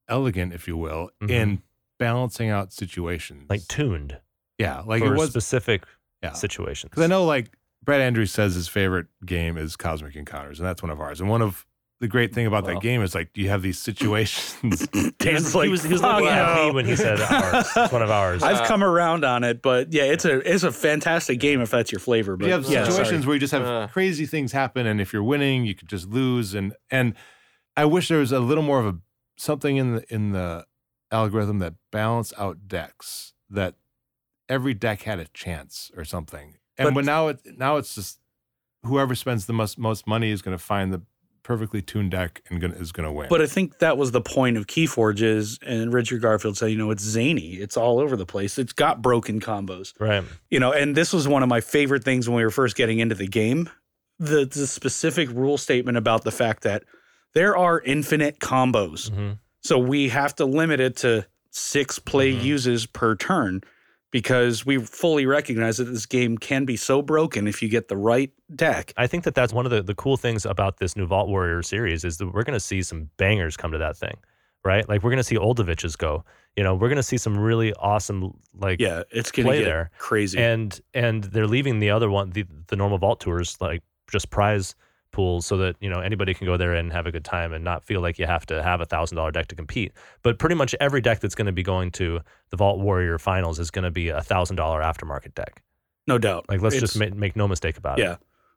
elegant, if you will,
Mhm.
in balancing out situations.
Like tuned
yeah, like
for
it was.
specific
Yeah.
situations.
Because I know, like, Brad Andrews says his favorite game is Cosmic Encounters, and that's one of ours. And one of the great thing about
Wow.
that game is, like, you have these situations.
he was, he was, he was
Oh,
looking at me when he said ours. It's one of ours.
I've
Uh,
come around on it, but yeah, it's a it's a fantastic game if that's your flavor. But
you have
yeah, sorry.
situations where you just have
Uh.
crazy things happen, and if you're winning, you could just lose. And and I wish there was a little more of a something in the in the algorithm that balanced out decks that every deck had a chance or something. And
But-
but, now it now it's just whoever spends the most most money is going to find the perfectly tuned deck and gonna, is going to win.
But I think that was the point of Keyforge is, and Richard Garfield said, you know, it's zany, it's all over the place, it's got broken combos,
right.
you know. And this was one of my favorite things when we were first getting into the game, the the specific rule statement about the fact that there are infinite combos,
hmm
so we have to limit it to six play
Mhm.
uses per turn because we fully recognize that this game can be so broken if you get the right deck.
I think that that's one of the, the cool things about this new Vault Warrior series is that we're going to see some bangers come to that thing, right? Like we're going to see Oldovich's go. You know, we're going to see some really awesome like
Yeah, it's gonna
Play
get
there.
crazy.
and and they're leaving the other one the the normal vault tours like just prize pools so that you know anybody can go there and have a good time and not feel like you have to have a thousand dollar deck to compete but pretty much every deck that's going to be going to the vault warrior finals is going to be a thousand dollar aftermarket deck
no doubt.
like let's
It's-
just make, make no mistake about it
Yeah.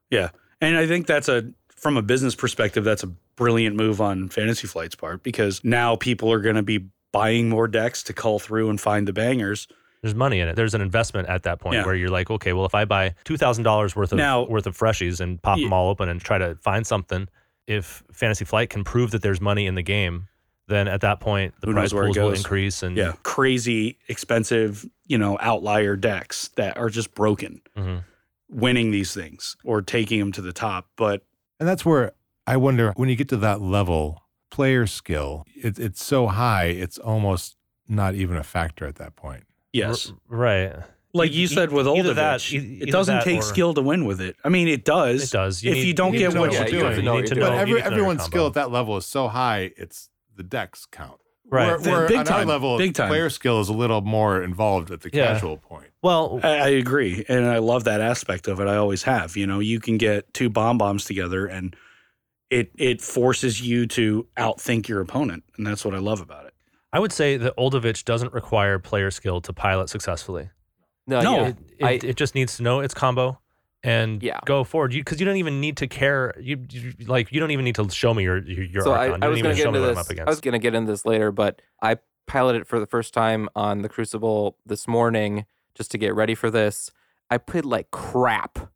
Yeah. And I think that's a from a business perspective, that's a brilliant move on Fantasy Flight's part because now people are gonna be buying more decks to cull through and find the bangers.
There's money in it. There's an investment at that point
Yeah.
where you're like, okay, well, if I buy two thousand dollars worth of
Now-
worth of freshies and pop
Ye-
them all open and try to find something, if Fantasy Flight can prove that there's money in the game, then at that point the
Who
prize
knows where it
pools will
goes?
increase and
yeah, crazy expensive, you know, outlier decks that are just broken,
Mhm.
winning these things or taking them to the top. But
And that's where I wonder when you get to that level, player skill, it, it's so high, it's almost not even a factor at that point.
yes,
R- right.
like
E-
you said with
either
Oldovich,
that- e- either
it doesn't
that
take
or-
skill to win with it. I mean, it does.
It does.
if
need-
you don't
you
get
need to
what
know
you're
what you're
doing,
doing.
You need to
But
know. you
every,
need to know your
everyone's skill
combo.
at that level is so high, it's the decks count.
Right.
Where,
Big-
where
big
on our
time,
level,
big time.
player skill is a little more involved at the
Yeah.
casual point.
Well,
I, I agree, and I love that aspect of it. I always have. You know, you can get two bomb bombs together, and it it forces you to outthink your opponent, and that's what I love about it.
I would say that Oldovich doesn't require player skill to pilot successfully.
No,
No.
yeah.
It, it,
I-
it just needs to know its combo and
Yeah.
go forward. You because you don't even need to care. You, you like you don't even need to show me your your, your
so I,
archon.
I
you
was
don't
going
even
to
show
get
me
into
what
this.
I'm up
I
against.
was going to get into this later, but I piloted it for the first time on the Crucible this morning just to get ready for this. I played like crap.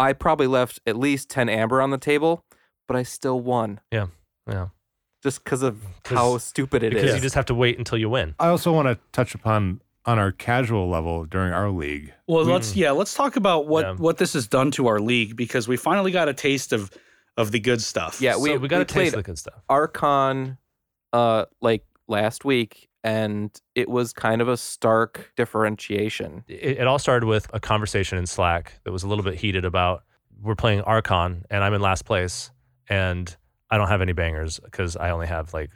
I probably left at least ten amber on the table, but I still won.
Yeah, yeah.
Just because of
'Cause-
how stupid it is.
because you just have to wait until you win.
I also want to touch upon on our casual level during our league.
Well, let's yeah, let's talk about what
Yeah.
what this has done to our league because we finally got a taste of of the good stuff.
yeah,
So
we
we got to
played
taste the good stuff.
Archon uh like last week and it was kind of a stark differentiation.
it, it all started with a conversation in Slack that was a little bit heated about we're playing Archon and I'm in last place and I don't have any bangers because I only have like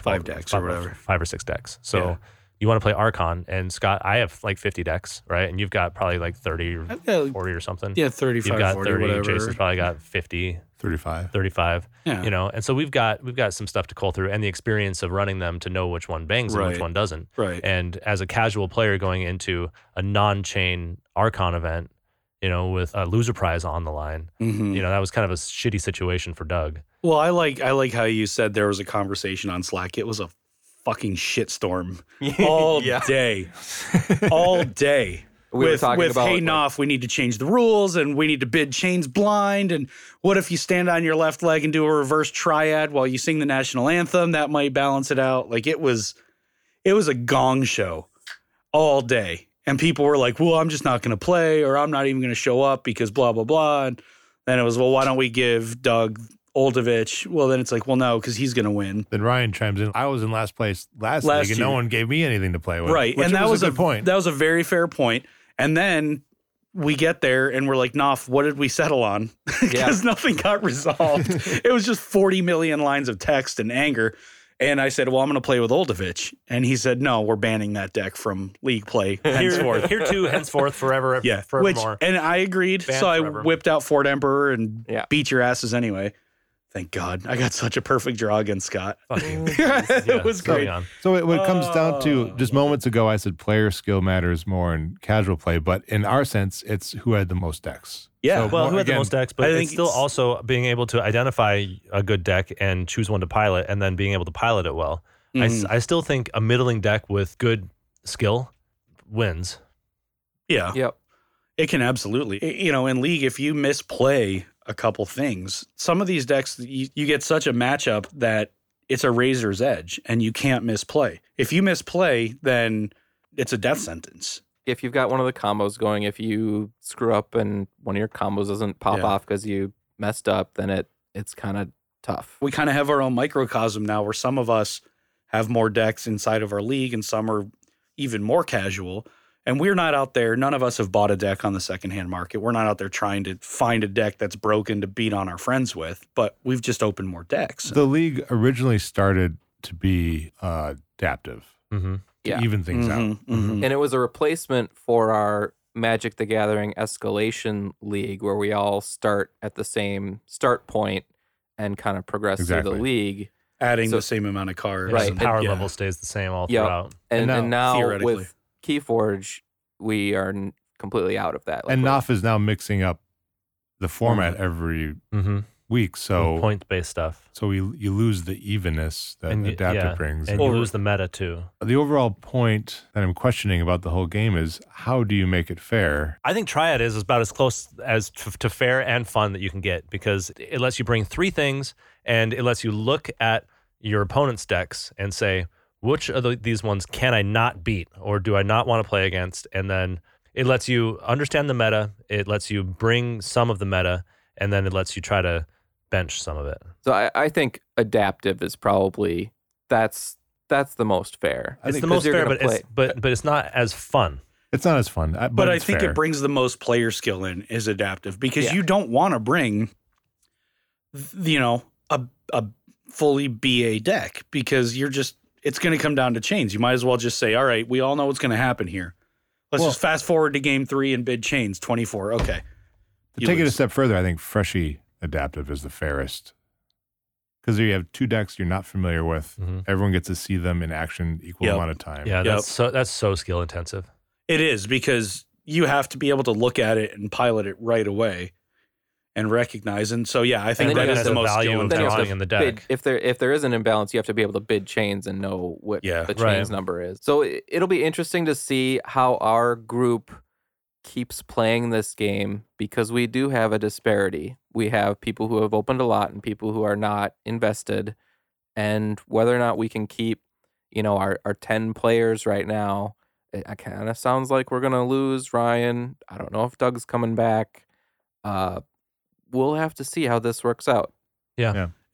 Five decks or whatever.
five or six decks. So
Yeah.
you want to play Archon and Scott, I have like 50 decks, right? And you've got probably like 30 or
I've got,
40 or something.
Uh, yeah, 35,
You've got
40,
30.
whatever.
Jason's probably got 50,
35.
35
yeah.
you know and so we've got we've got some stuff to cull through and the experience of running them to know which one bangs and which
Right.
one doesn't
right.
and as a casual player going into a non-chain Archon event, you know, with a loser prize on the line,
Mhm.
you know, that was kind of a shitty situation for Doug.
Well, I like I like how you said there was a conversation on Slack. It was a fucking shitstorm all day, all day.
We were
with
talking
with
about
hey
like,
Knopf, we need to change the rules and we need to bid chains blind. And what if you stand on your left leg and do a reverse triad while you sing the national anthem? That might balance it out. Like it was, it was a gong show all day, and people were like, "Well, I'm just not going to play, or I'm not even going to show up because blah blah blah." And then it was, "Well, why don't we give Doug Oldovich?" Well, then it's like, "Well, no, because he's going to win."
Then Ryan chimes in. I was in last place last,
Last
league, and no
year.
one gave me anything to play with.
Right,
which
and that was,
a good point.
That was a very fair point. And then we get there and we're like, "Noff, what did we settle on?"
Yeah.
Because nothing got resolved. it was just forty million lines of text and anger. And I said, "Well, I'm going to play with Oldovich," and he said, "No, we're banning that deck from league play henceforth."
Here too, henceforth, forever,
yeah,
forevermore.
which and I agreed,
Banned
so I
forever.
whipped out Fort Emperor and
Yeah.
beat your asses anyway. Thank God, I got such a perfect draw against Scott.
Fuck you. Yeah,
it was
carry
great.
on.
So it, when it comes down to
Oh.
just moments ago, I said player skill matters more in casual play, but in our sense, it's who had the most decks.
Yeah,
So
Well,
more-
who had
again,
the most decks, but
I
it's
think
still
it's-
also being able to identify a good deck and choose one to pilot and then being able to pilot it well. I s
Mhm.
I I, still think a middling deck with good skill wins.
yeah,
Yep.
It can absolutely. I- You know, in league, if you misplay a couple things, some of these decks, you, you get such a matchup that it's a razor's edge and you can't misplay. If you misplay, then it's a death sentence.
If you've got one of the combos going, if you screw up and one of your combos doesn't pop
Yeah.
off because you messed up, then it it's kind of tough.
We kind of have our own microcosm now where some of us have more decks inside of our league and some are even more casual. And we're not out there, none of us have bought a deck on the secondhand market. We're not out there trying to find a deck that's broken to beat on our friends with, but we've just opened more decks.
The league originally started to be uh, adaptive,
Mm-hmm.
to
Yeah.
even things out.
Mhm, mhm.
and it was a replacement for our Magic the Gathering escalation league where we all start at the same start point and kind of progress through
Exactly.
the league.
adding
So-
the same amount of cards.
Right,
Right.
and-
power
yeah.
level stays the same all
Yeah.
throughout.
And,
now-
and now,
theoretically.
with Keyforge, we are n- completely out of that. Like,
and
we're-
Knopf is now mixing up the format every
Mm-hmm.
week, so
point based stuff.
so we, you lose the evenness that
And y-
adaptive
yeah,
brings.
And you lose the meta too.
the overall point that I'm questioning about the whole game is how do you make it fair?
I think Triad is about as close as t- to fair and fun that you can get because it lets you bring three things and it lets you look at your opponent's decks and say, which of the, these ones can I not beat or do I not want to play against? And then it lets you understand the meta, it lets you bring some of the meta, and then it lets you try to bench some of it.
So I, I think adaptive is probably that's that's the most fair.
it's the
'Cause
most
you're
fair,
gonna
but it's, but, but it's not as fun.
It's not as fun, I- but,
But, I
it's
think
fair.
it brings the most player skill in is adaptive because
Yeah.
you don't want to bring, th- you know, a a fully BA deck because you're just it's going to come down to chains. You might as well just say, all right, we all know what's going to happen here. Let's
Well-
just fast forward to game three and bid chains twenty four. Okay,
But
You
take it a
lose.
step further. I think Freshy Adaptive is the fairest because you have two decks you're not familiar with.
Mhm.
Everyone gets to see them in action equal
Yep.
amount of time.
Yeah,
Yep.
that's so that's so skill intensive.
It is because you have to be able to look at it and pilot it right away and recognize. And so, yeah, I
then
think
you
that is
have
the
the
most
value
skill
of
Then you
intensive.
have
drawing
to
in the
bid-
deck.
if there if there is an imbalance, you have to be able to bid chains and know what
Yeah,
the chains
right.
number is. So it, it'll be interesting to see how our group keeps playing this game because we do have a disparity. We have people who have opened a lot and people who are not invested, and whether or not we can keep, you know, our our ten players right now. It, it kind of sounds like we're gonna lose Ryan. I don't know if Doug's coming back. Uh, we'll have to see how this works out.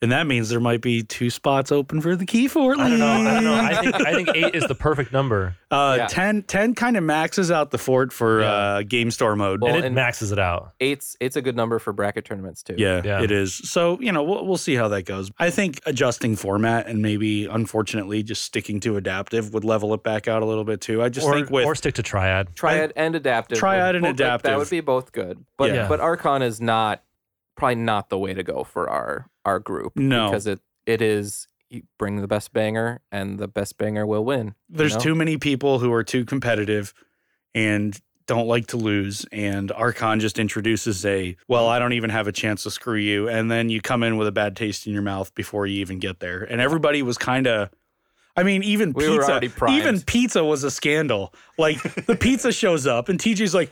And that means there might be two spots open for the key for
I don't know. I don't know. I think I think eight is the perfect number,
Uh,
Yeah.
10, 10 kind of maxes out the fort for
Yeah.
uh, game store mode.
Well,
and it
and-
maxes it out.
eight's it's a good number for bracket tournaments too.
yeah,
Yeah.
it is. So, you know, we'll, we'll see how that goes. I think adjusting format and maybe, unfortunately, just sticking to adaptive would level it back out a little bit too. I just
or,
think with.
or stick to triad.
Triad and adaptive. would
Triad and
both- that- That
adaptive.
would be both good. But
Yeah.
but Archon is not probably not the way to go for our our group.
No.
Because it it is you bring the best banger and the best banger will win. you
there's
know?
too many people who are too competitive and don't like to lose and archon just introduces a well i don't even have a chance to screw you and then you come in with a bad taste in your mouth before you even get there and everybody was kind of I mean, even
We were
pizza.
already primed.
even pizza was a scandal. Like the pizza shows up, and TJ's like,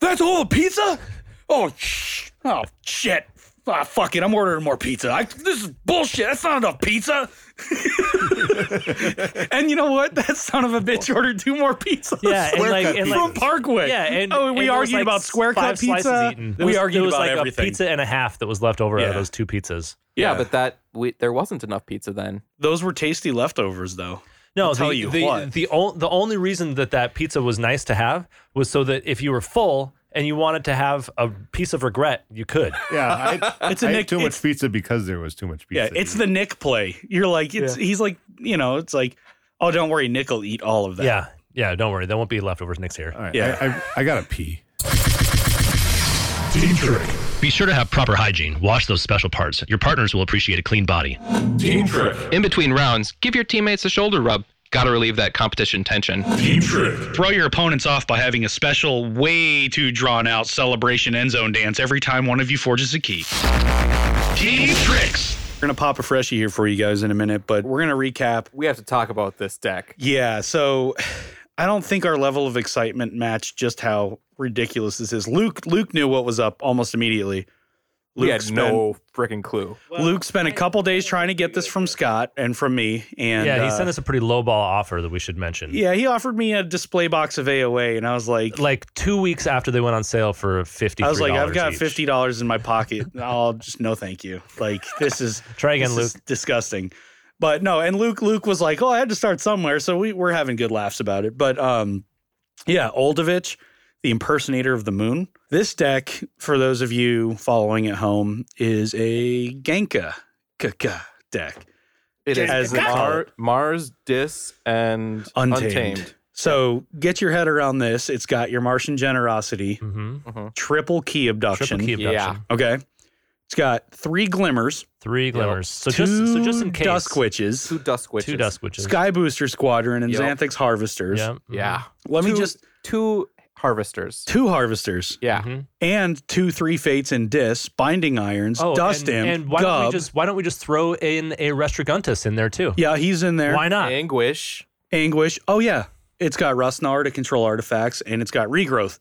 "That's all the pizza? Oh, sh- oh shit! Ah, fuck it! I'm ordering more pizza. I, this is bullshit. That's not enough pizza." and you know what? That son of a bitch ordered two more pizzas.
Yeah, and like, and like
from Parkway.
Yeah, and
oh,
and
we
there was,
argued
like,
about square
five
cut
slices
pizza.
eaten. There
We
was- there
argued
was
about
like
everything.
a pizza and a half that was left over out
Yeah.
of those two pizzas.
yeah, but that we there wasn't enough pizza then.
those were tasty leftovers, though.
No,
I'll
the,
tell you
the,
what.
The, o- the only reason that that pizza was nice to have was so that if you were full and you wanted to have a piece of regret, you could.
Yeah, I,
It's a
I ate
Nick-
too
it's-
much pizza because there was too much pizza.
Yeah, it's the Nick play. You're like, it's he's like, you know, it's like, oh, don't worry, Nick will eat all of that.
yeah, yeah. Don't worry, there won't be leftovers next year.
All right,
yeah.
I, I, I gotta pee.
Team Trick.
Be sure to have proper hygiene. Wash those special parts. Your partners will appreciate a clean body.
Team Trick.
In between rounds, give your teammates a shoulder rub. Gotta relieve that competition tension.
Team Trick.
Throw your opponents off by having a special, way too drawn out celebration end zone dance every time one of you forges a key.
Team Tricks.
We're gonna pop a freshie here for you guys in a minute, but we're gonna recap.
We have to talk about this deck.
Yeah, so I don't think our level of excitement matched just how ridiculous this is. Luke Luke knew what was up almost immediately.
We had
spent,
no freaking clue.
Luke spent a couple days trying to get this from Scott and from me. And
yeah, he
uh,
sent us a pretty lowball offer that we should mention.
Yeah, he offered me a display box of AOA, and I was like,
like two weeks after they went on sale for fifty.
I was like, I've got
each.
fifty dollars in my pocket. I'll just no, thank you. Like this is
Try again,
this
Luke.
is disgusting. But no, and Luke Luke was like, oh, I had to start somewhere, so we we're having good laughs about it. But um, yeah, Oldovich, the impersonator of the moon. This deck, for those of you following at home, is a Genka Kaka deck.
It is
As they call
Mar-
it.
Mars, Dis, and
Untamed.
Untamed.
So get your head around this. It's got your Martian generosity,
Mm-hmm.
triple key abduction.
Triple key abduction.
Yeah.
Okay. It's got three glimmers.
Three glimmers. So
two
just so just in case,
Dusk Witches,
Two Dusk Witches.
two dusk witches.
Sky Booster Squadron, and
Yep.
Xanthix Harvesters.
Yeah. mhm.
Yeah.
Let me
Two-
just
two harvesters.
two Harvesters
Yeah.
Mhm.
and two Three Fates and Dis, Binding Irons, Dust
Oh, and,
Imp,
and why
Gub.
don't we just why don't we just throw in a Restriguntus in there too?
yeah, he's in there.
Why not?
Anguish.
Anguish. Oh yeah, it's got Rustnar to control artifacts, and it's got Regrowth.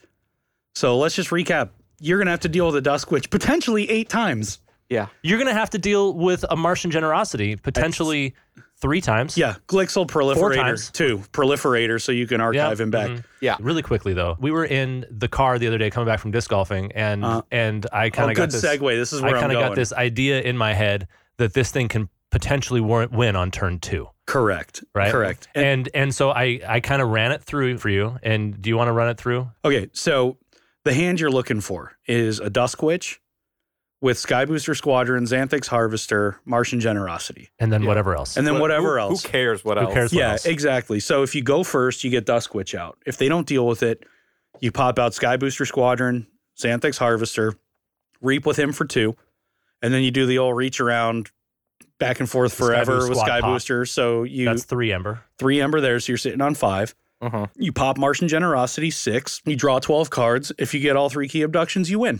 So let's just recap. You're gonna have to deal with a Dusk Witch potentially eight times.
Yeah.
You're going to have to deal with a Martian generosity potentially three times.
Yeah, Glixel
Four
proliferator
times.
too. Proliferator, so you can archive him back.
mhm.
Yeah.
Really quickly though, we were in the car the other day coming back from disc golfing, and and I
Uh-huh.
kind of
oh,
got
good
this
segue. This is where
I
I'm
kind of got
going.
this idea in my head that this thing can potentially warrant win on turn two,
Correct.
right?
Correct.
And and, so I I kind of ran it through for you. And do you want to run it through?
Okay, so the hand you're looking for is a Dusk Witch with Sky Booster Squadron, Xanthix Harvester, Martian Generosity.
And then whatever else.
And then
What-
whatever
who-
else.
Who cares what
Who
else?
cares? what
yeah,
else?
exactly. So if you go first, you get Dusk Witch out. If they don't deal with it, you pop out Sky Booster Squadron, Xanthix Harvester, reap with him for two, and then you do the old reach around back and forth
Sky
forever
Boost
with
Squad
Sky
pop.
Booster. So you
That's three Ember.
three Ember there, so you're sitting on five.
Uh-huh.
You pop Martian Generosity six. You draw twelve cards. If you get all three key abductions, you win.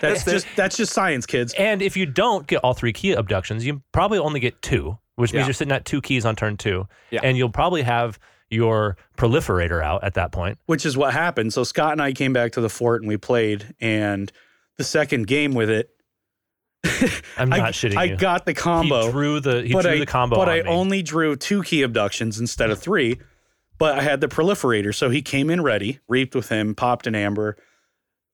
that's just that's just science, kids.
And if you don't get all three key abductions, you probably only get two, which means
Yeah.
you're sitting at two keys on turn two.
Yeah.
And you'll probably have your proliferator out at that point.
Which is what happened. So Scott and I came back to the fort and we played, and the second game with it,
I'm
I,
not shitting
I
you.
got the combo.
He drew the he
but
drew
I,
the combo.
but
on
I
me.
only drew two key abductions instead of three. But I had the proliferator, so he came in ready, reaped with him, popped an amber,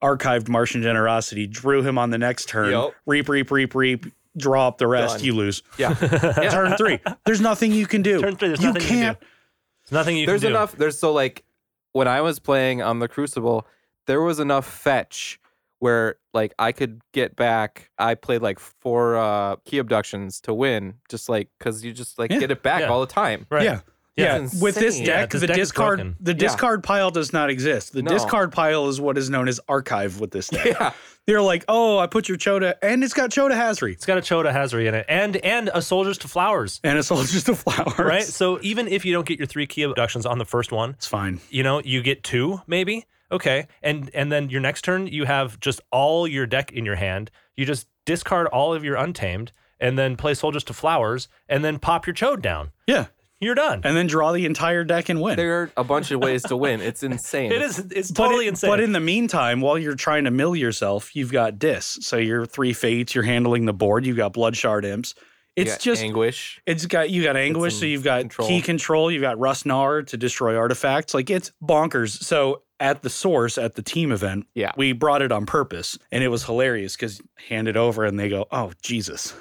archived Martian generosity, drew him on the next turn,
Yup.
reap, reap, reap, reap, draw up the rest,
Done.
you lose.
Yeah. Yeah.
Turn three. There's nothing you can do.
Turn three, there's
you
nothing you can
can't.
There's nothing you
there's
can do.
enough there's so like when i was playing on the crucible there was enough fetch where like i could get back i played like four uh key abductions to win just like because you just like
Yeah.
get it back
Yeah.
all the time
Right.
Yeah.
Yeah.
Yeah. With this
Insane.
deck,
Yeah,
this
the
deck is
discard
broken.
the
Yeah.
discard pile does not exist. The
No.
discard pile is what is known as archive with this deck.
yeah
They're like, oh, I put your Choda, and it's got Choda Hazri.
It's got a Choda Hazri in it, and and a Soldiers to Flowers,
And it's all just a flower.
right? So even if you don't get your three key abductions on the first one,
It's fine.
you know you get two maybe. Okay, and and then your next turn you have just all your deck in your hand. You just discard all of your untamed, and then play Soldiers to Flowers, and then pop your Chode down.
Yeah.
You're done.
and then draw the entire deck and win.
there are a bunch of ways to win it's insane
It is it's
but,
totally
it-
insane.
but in the meantime, while you're trying to mill yourself, you've got Dis. So you're three fates, you're handling the board, you've got blood shard imps.
You
It's
got
just
anguish
it's got you got anguish, so
in
you've got
control.
key control, you've got Rustnar to destroy artifacts. Like it's bonkers. So at the source, at the team event,
Yeah.
we brought it on purpose, and it was hilarious because hand it over and they go, "Oh Jesus,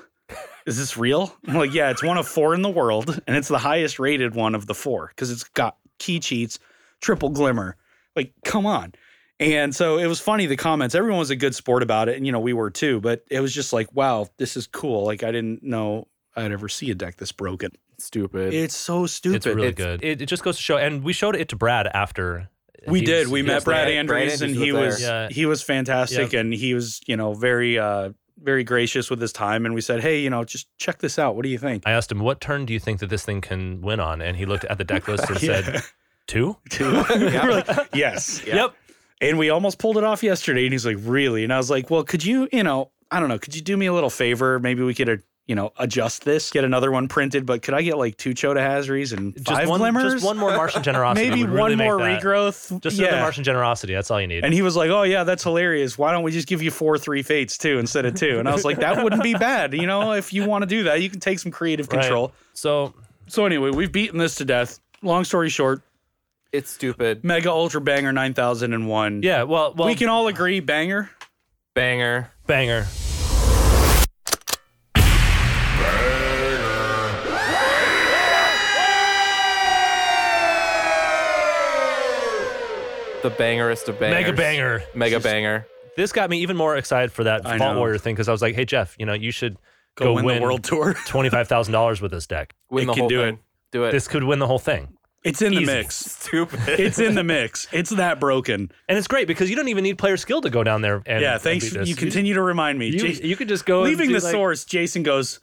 is this real?" I'm like, "Yeah, it's one of four in the world, and it's the highest rated one of the four because it's got key cheats, triple glimmer. Like, come on." And so it was funny the comments. Everyone was a good sport about it, and you know we were too. But it was just like, wow, this is cool. Like I didn't know I'd ever see a deck this broken.
stupid
It's so stupid.
it's really
it's-
good. It, it just goes to show, and we showed it to Brad after.
we
He
did.
was-
We
he
met
was there.
Brad
Brad
Andrews, and
Andrews
he
was
was
there. Yeah.
he was fantastic, and he was you know very uh very gracious with his time. And we said, hey, you know, just check this out. What do you think?
I asked him, "What turn do you think that this thing can win on?" And he looked at the deck list and said, two?
We're like, yes.
Yep.
And we almost pulled it off yesterday. And he's like, really? And I was like, well, could you, you know, I don't know, could you do me a little favor? Maybe we could, uh, you know, adjust this, get another one printed, but could I get like two Chota Hazries and
Just
five
one,
glimmers?
just one more Martian generosity.
Maybe
would really
one
make
more
that.
regrowth.
Just another
yeah.
Martian generosity. That's all you need.
And he was like, "Oh yeah, that's hilarious. Why don't we just give you four three fates too instead of two? And I was like, "That wouldn't be bad, you know. If you want to do that, you can take some creative
Right.
control."
So
So anyway, we've beaten this to death. Long story short,
it's stupid
Mega Ultra Banger nine thousand and one.
yeah, well, well,
we can all agree, Banger.
banger
banger.
the bangerest of bangers
Mega banger.
mega banger
This got me even more excited for that
I
Fault
know.
Warrior thing because I was like, "Hey Jeff, you know, you should go,
win the world tour.
twenty five thousand dollars with this deck.
win
It
the
can
whole
do
thing
it.
do it
This could win the whole thing."
It's in
Easy.
the mix.
stupid
It's in the mix. It's that broken.
And it's great because you don't even need player skill to go down there and
yeah,
and
thanks.
beat this.
You continue to remind me.
You,
Jeez.
you could just go and
Leaving
do
the
like-
source, Jason goes,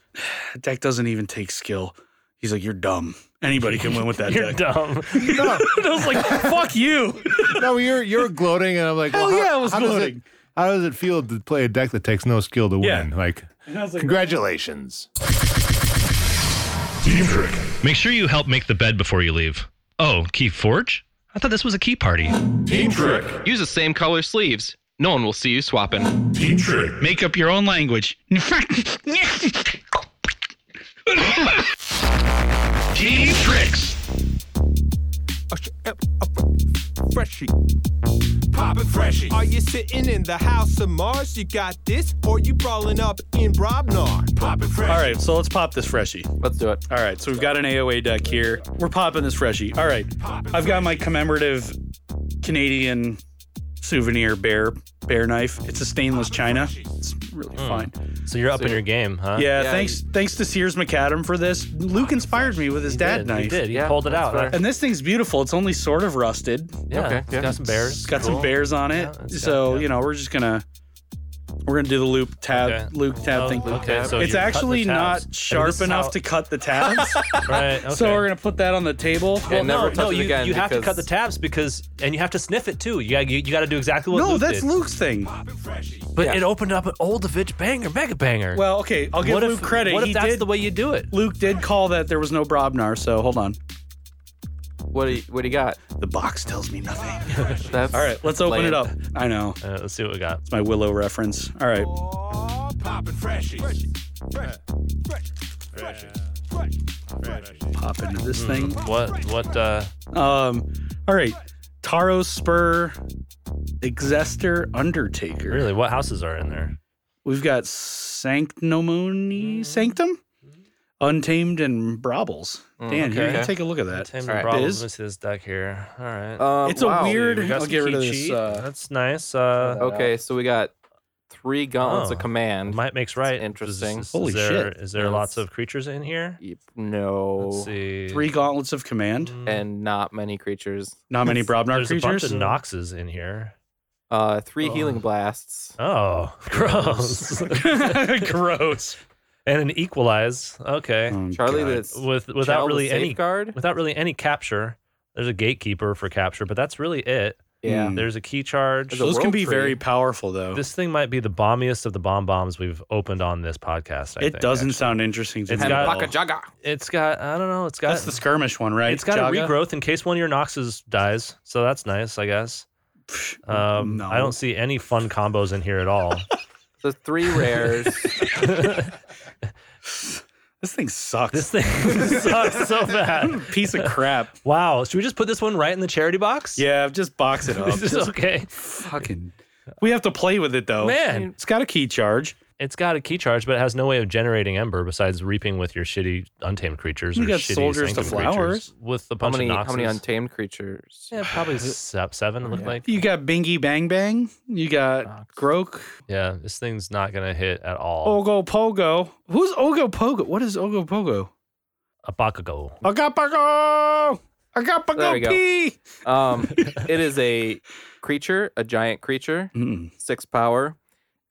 "Deck doesn't even take skill." He's like, "You're dumb. Anybody can win with that
You're
deck."
dumb.
No,
And I was like, "Fuck you."
no, you're you're gloating, and I'm like,
Hell
well, how-
yeah, I was
how does it-
gloating.
how does it feel to play a deck that takes no skill to
Yeah.
win? Like,
And I was like,
congratulations.
Team Trick.
Make sure you help make the bed before you leave. Oh, key forge? I thought this was a key party.
Team Trick.
use the same color sleeves No one will see you swapping.
Team trick.
Make up your own language.
Team tricks.
Freshie. Poppin' freshie. Are you sitting in the house of Mars? You got this, or you brawling up in Brobnar? Poppin' freshie.
All right, so let's pop this freshie.
Let's do it.
All right, so we've got an AOA deck here. We're popping this freshie. All right, I've got my commemorative Canadian souvenir bear bear knife. It's a stainless china. It's really
Hmm.
fine.
So you're up in your game, huh?
Yeah, thanks thanks to Sears McAdam for this. Luke inspired me with his dad
did, he
knife.
did. He Yeah, pulled it that's out. fair.
And this thing's beautiful. It's only sort of rusted.
Yeah, Okay, it's yeah. got some bears.
It's got
Cool.
some bears on it.
it's
so you know we're just gonna we're gonna do the loop tab Luke tab
Oh,
thing.
okay, so you
it's
cut the
actually
tabs.
not
And this
sharp
is
enough
how-
to cut the tabs.
Right.
So we're gonna put that on the table.
Well, no, no, you, you have to cut the tabs because, and you have to sniff it too. You got you, you got to do exactly what.
No,
Luke
that's
did.
Luke's thing.
But it opened up an old Vich banger, mega banger.
Well, okay, I'll give
What if-
Luke credit.
what if
he
that's
did,
the way you do it?
Luke did call that there was no Brobnar, so hold on.
What do you, what do you got?
The box tells me nothing.
That's
All right, let's open it up.
bland.
I know.
Uh, let's see what we got.
It's my Willow reference. All right.
Poppin' freshie. Freshie. Freshie.
pop into this
Hmm.
thing.
What? What? uh
Um. All right. Taro Spur, Exester, Undertaker.
Really? What houses are in there?
We've got
Mm-hmm.
Sanctimony, Sanctum, Untamed, and Brobbles.
Mm,
Dan, you
okay.
can take a look at that.
Tim
Biz.
Problems. Let me see this deck here. All right.
Um,
It's a
wow.
Uh, weird.
We got
I'll
some
get rid of
key
this.
cheat.
Uh,
That's nice. Uh,
Okay, so we got three gauntlets
Oh.
of command.
might makes right.
Interesting.
Is, is,
Holy
is there,
shit.
Is there lots of creatures in here?
No,
Let's see. Mm-hmm. Hmm.
three gauntlets of command.
and not many creatures.
Not many Brobnar
There's a bunch
creatures.
of Noxes in here.
Uh, three
Oh.
healing blasts.
Oh, gross.
Gross.
and an equalize. Okay.
Oh,
Charlie,
God.
that's
With without
Child of
really any
safeguard.
without really any capture. There's a gatekeeper for capture, but that's really it.
Yeah,
Mm.
There's a key charge.
There's a
Those can
world
be
tree.
very powerful, though.
This thing might be the bombiest of the bomb bombs we've opened on this podcast. I
it
think,
doesn't
actually.
sound interesting to
It's
me.
got-
at all.
Paka jaga.
It's got. I don't know. It's got.
That's the skirmish one, right?
it's got a
Jaga?
regrowth in case one of your Noxes dies. So that's nice, I guess. Um,
no.
I don't see any fun combos in here at all.
The three rares.
This thing sucks.
this thing sucks so bad.
piece of crap.
Wow. Should we just put this one right in the charity box?
Yeah, just box it up.
This is
Just
okay.
fucking. We have to play with it though.
Man.
it's got a key charge.
It's got a key charge, but it has no way of generating ember besides reaping with your shitty untamed creatures
You
or
got
shitty
soldiers to
sanctum
flowers.
creatures with a
how
bunch
many?
of
How many
Noxes.
untamed creatures?
yeah, probably se- seven. It looked like.
You got Bingy Bang Bang. You got Grok.
Yeah, this thing's not gonna hit at all.
Oh.
Ogo Pogo. Who's Ogo Pogo? What is Ogo Pogo?
A Bakugo.
Agapago.
There we
Agapago
go.
P.
Um, it is a creature, a giant creature,
Mm.
six power.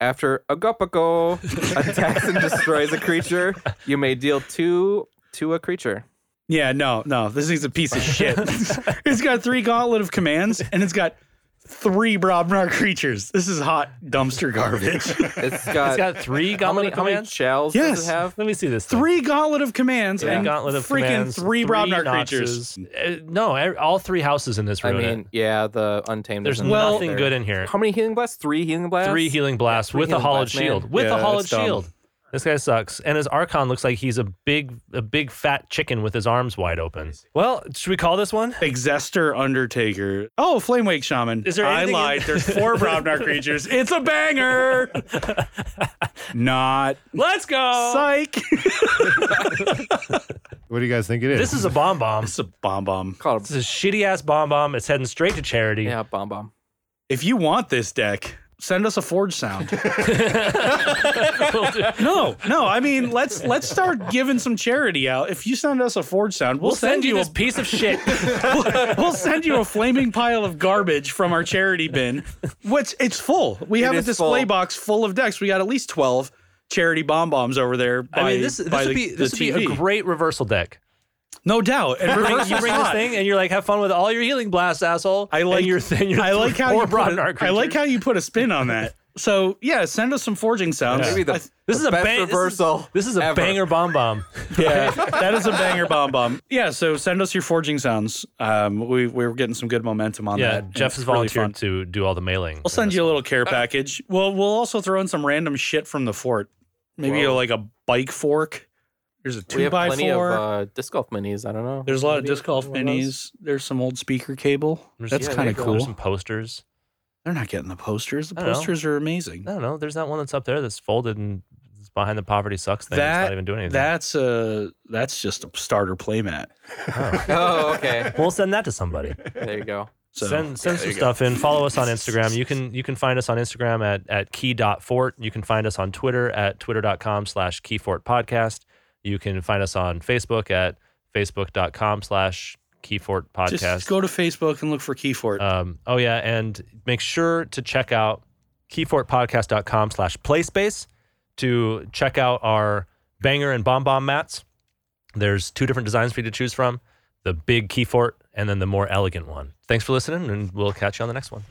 After Agapago attacks and destroys a creature, you may deal two to a creature.
Yeah, no, no. This thing's a piece of shit. it's got three gauntlet of commands, and it's got three Brobnar creatures. This is hot dumpster garbage.
It's
It's
got,
got three
Uh, how many
gauntlet
how many
commands.
shells
Yes.
does it have?
Let me see this. thing.
three gauntlet of commands
Yeah.
and
gauntlet of
freaking
commands,
three Brobnar
Noxes.
creatures.
Uh, no, e- all three houses in this
I
room.
mean, yeah, the untamed.
there's
isn't
nothing
there.
good in here.
How many healing blasts? Three healing blasts.
Three healing blasts
three
with a
healing
hollowed
blasts, man.
shield. With
Yeah,
a hollowed
it's dumb.
shield. This guy sucks. And his Archon looks like he's a big, a big fat chicken with his arms wide open. Well, should we call this one?
Exester Undertaker. Oh, Flame Wake Shaman.
Is there
I
anything in-
lied. There's four Brobnar creatures. It's a banger. Not
Let's go.
psych.
What do you guys think it is?
This is a bomb bomb.
it's a bomb bomb.
Call
This is a shitty ass bomb bomb. It's heading straight to charity.
Yeah, bomb bomb.
If you want this deck, send us a forge sound. no, no. I mean, let's let's start giving some charity out. If you send us a forge sound, we'll,
We'll send you this piece of shit.
a we'll send you a flaming pile of garbage from our charity bin. Which it's full. We have a
is
display
full.
box full of decks. We got at least twelve charity bomb bombs over there. By,
I mean, this, this
by
would
the,
be
the
this would be a
TV.
great reversal deck.
no doubt. And
You
reverse
bring- you bring this thing and you're like, have fun with all your healing blasts, asshole.
I like
and your thing.
I like how
four
you put
Brondar
a, I like
creatures.
how you put a spin on that. So yeah, send us some forging sounds.
Yeah. Maybe the-
I-
This the is a best bang- this is- reversal
This is a
ever.
banger bomb bomb.
yeah, that is a banger bomb bomb. Yeah, so send us your forging sounds. Um, we we're getting some good momentum on
yeah,
that. and
Jeff
it's
has
really
volunteered
fun.
to do all the mailing.
We'll send you a little
Uh,
care package. Well, we'll also throw in some random shit from the fort. Maybe
Whoa.
like a bike fork. There's a two
we have
by
plenty
four.
of uh, disc golf minis. I don't know.
There's a lot of
Maybe
disc golf
one of those.
minis. There's some old speaker cable.
There's-
That's
yeah, there
kind
you
of
go.
cool.
There's some posters.
They're not getting the posters. The
I don't know.
posters are amazing.
I don't know. There's that one that's up there that's folded and it's behind the poverty sucks thing. it's
That-
not even doing anything.
That's a that's just a starter playmat.
Oh, okay.
we'll send that to somebody.
There you go.
So
send
yeah, there
send some
you go.
stuff in. Follow us on Instagram. You can you can find us on Instagram at at key.fort. You can find us on Twitter at twitter.com slash keyfort podcast. You can find us on Facebook at facebook.com slash keyfort
just
podcast.
go to Facebook and look for Keyfort.
Um, oh yeah, and make sure to check out keyfortpodcast.com slash playspace to check out our banger and bomb bomb mats. There's two different designs for you to choose from: the big keyfort and then the more elegant one. Thanks for listening, and we'll catch you on the next one.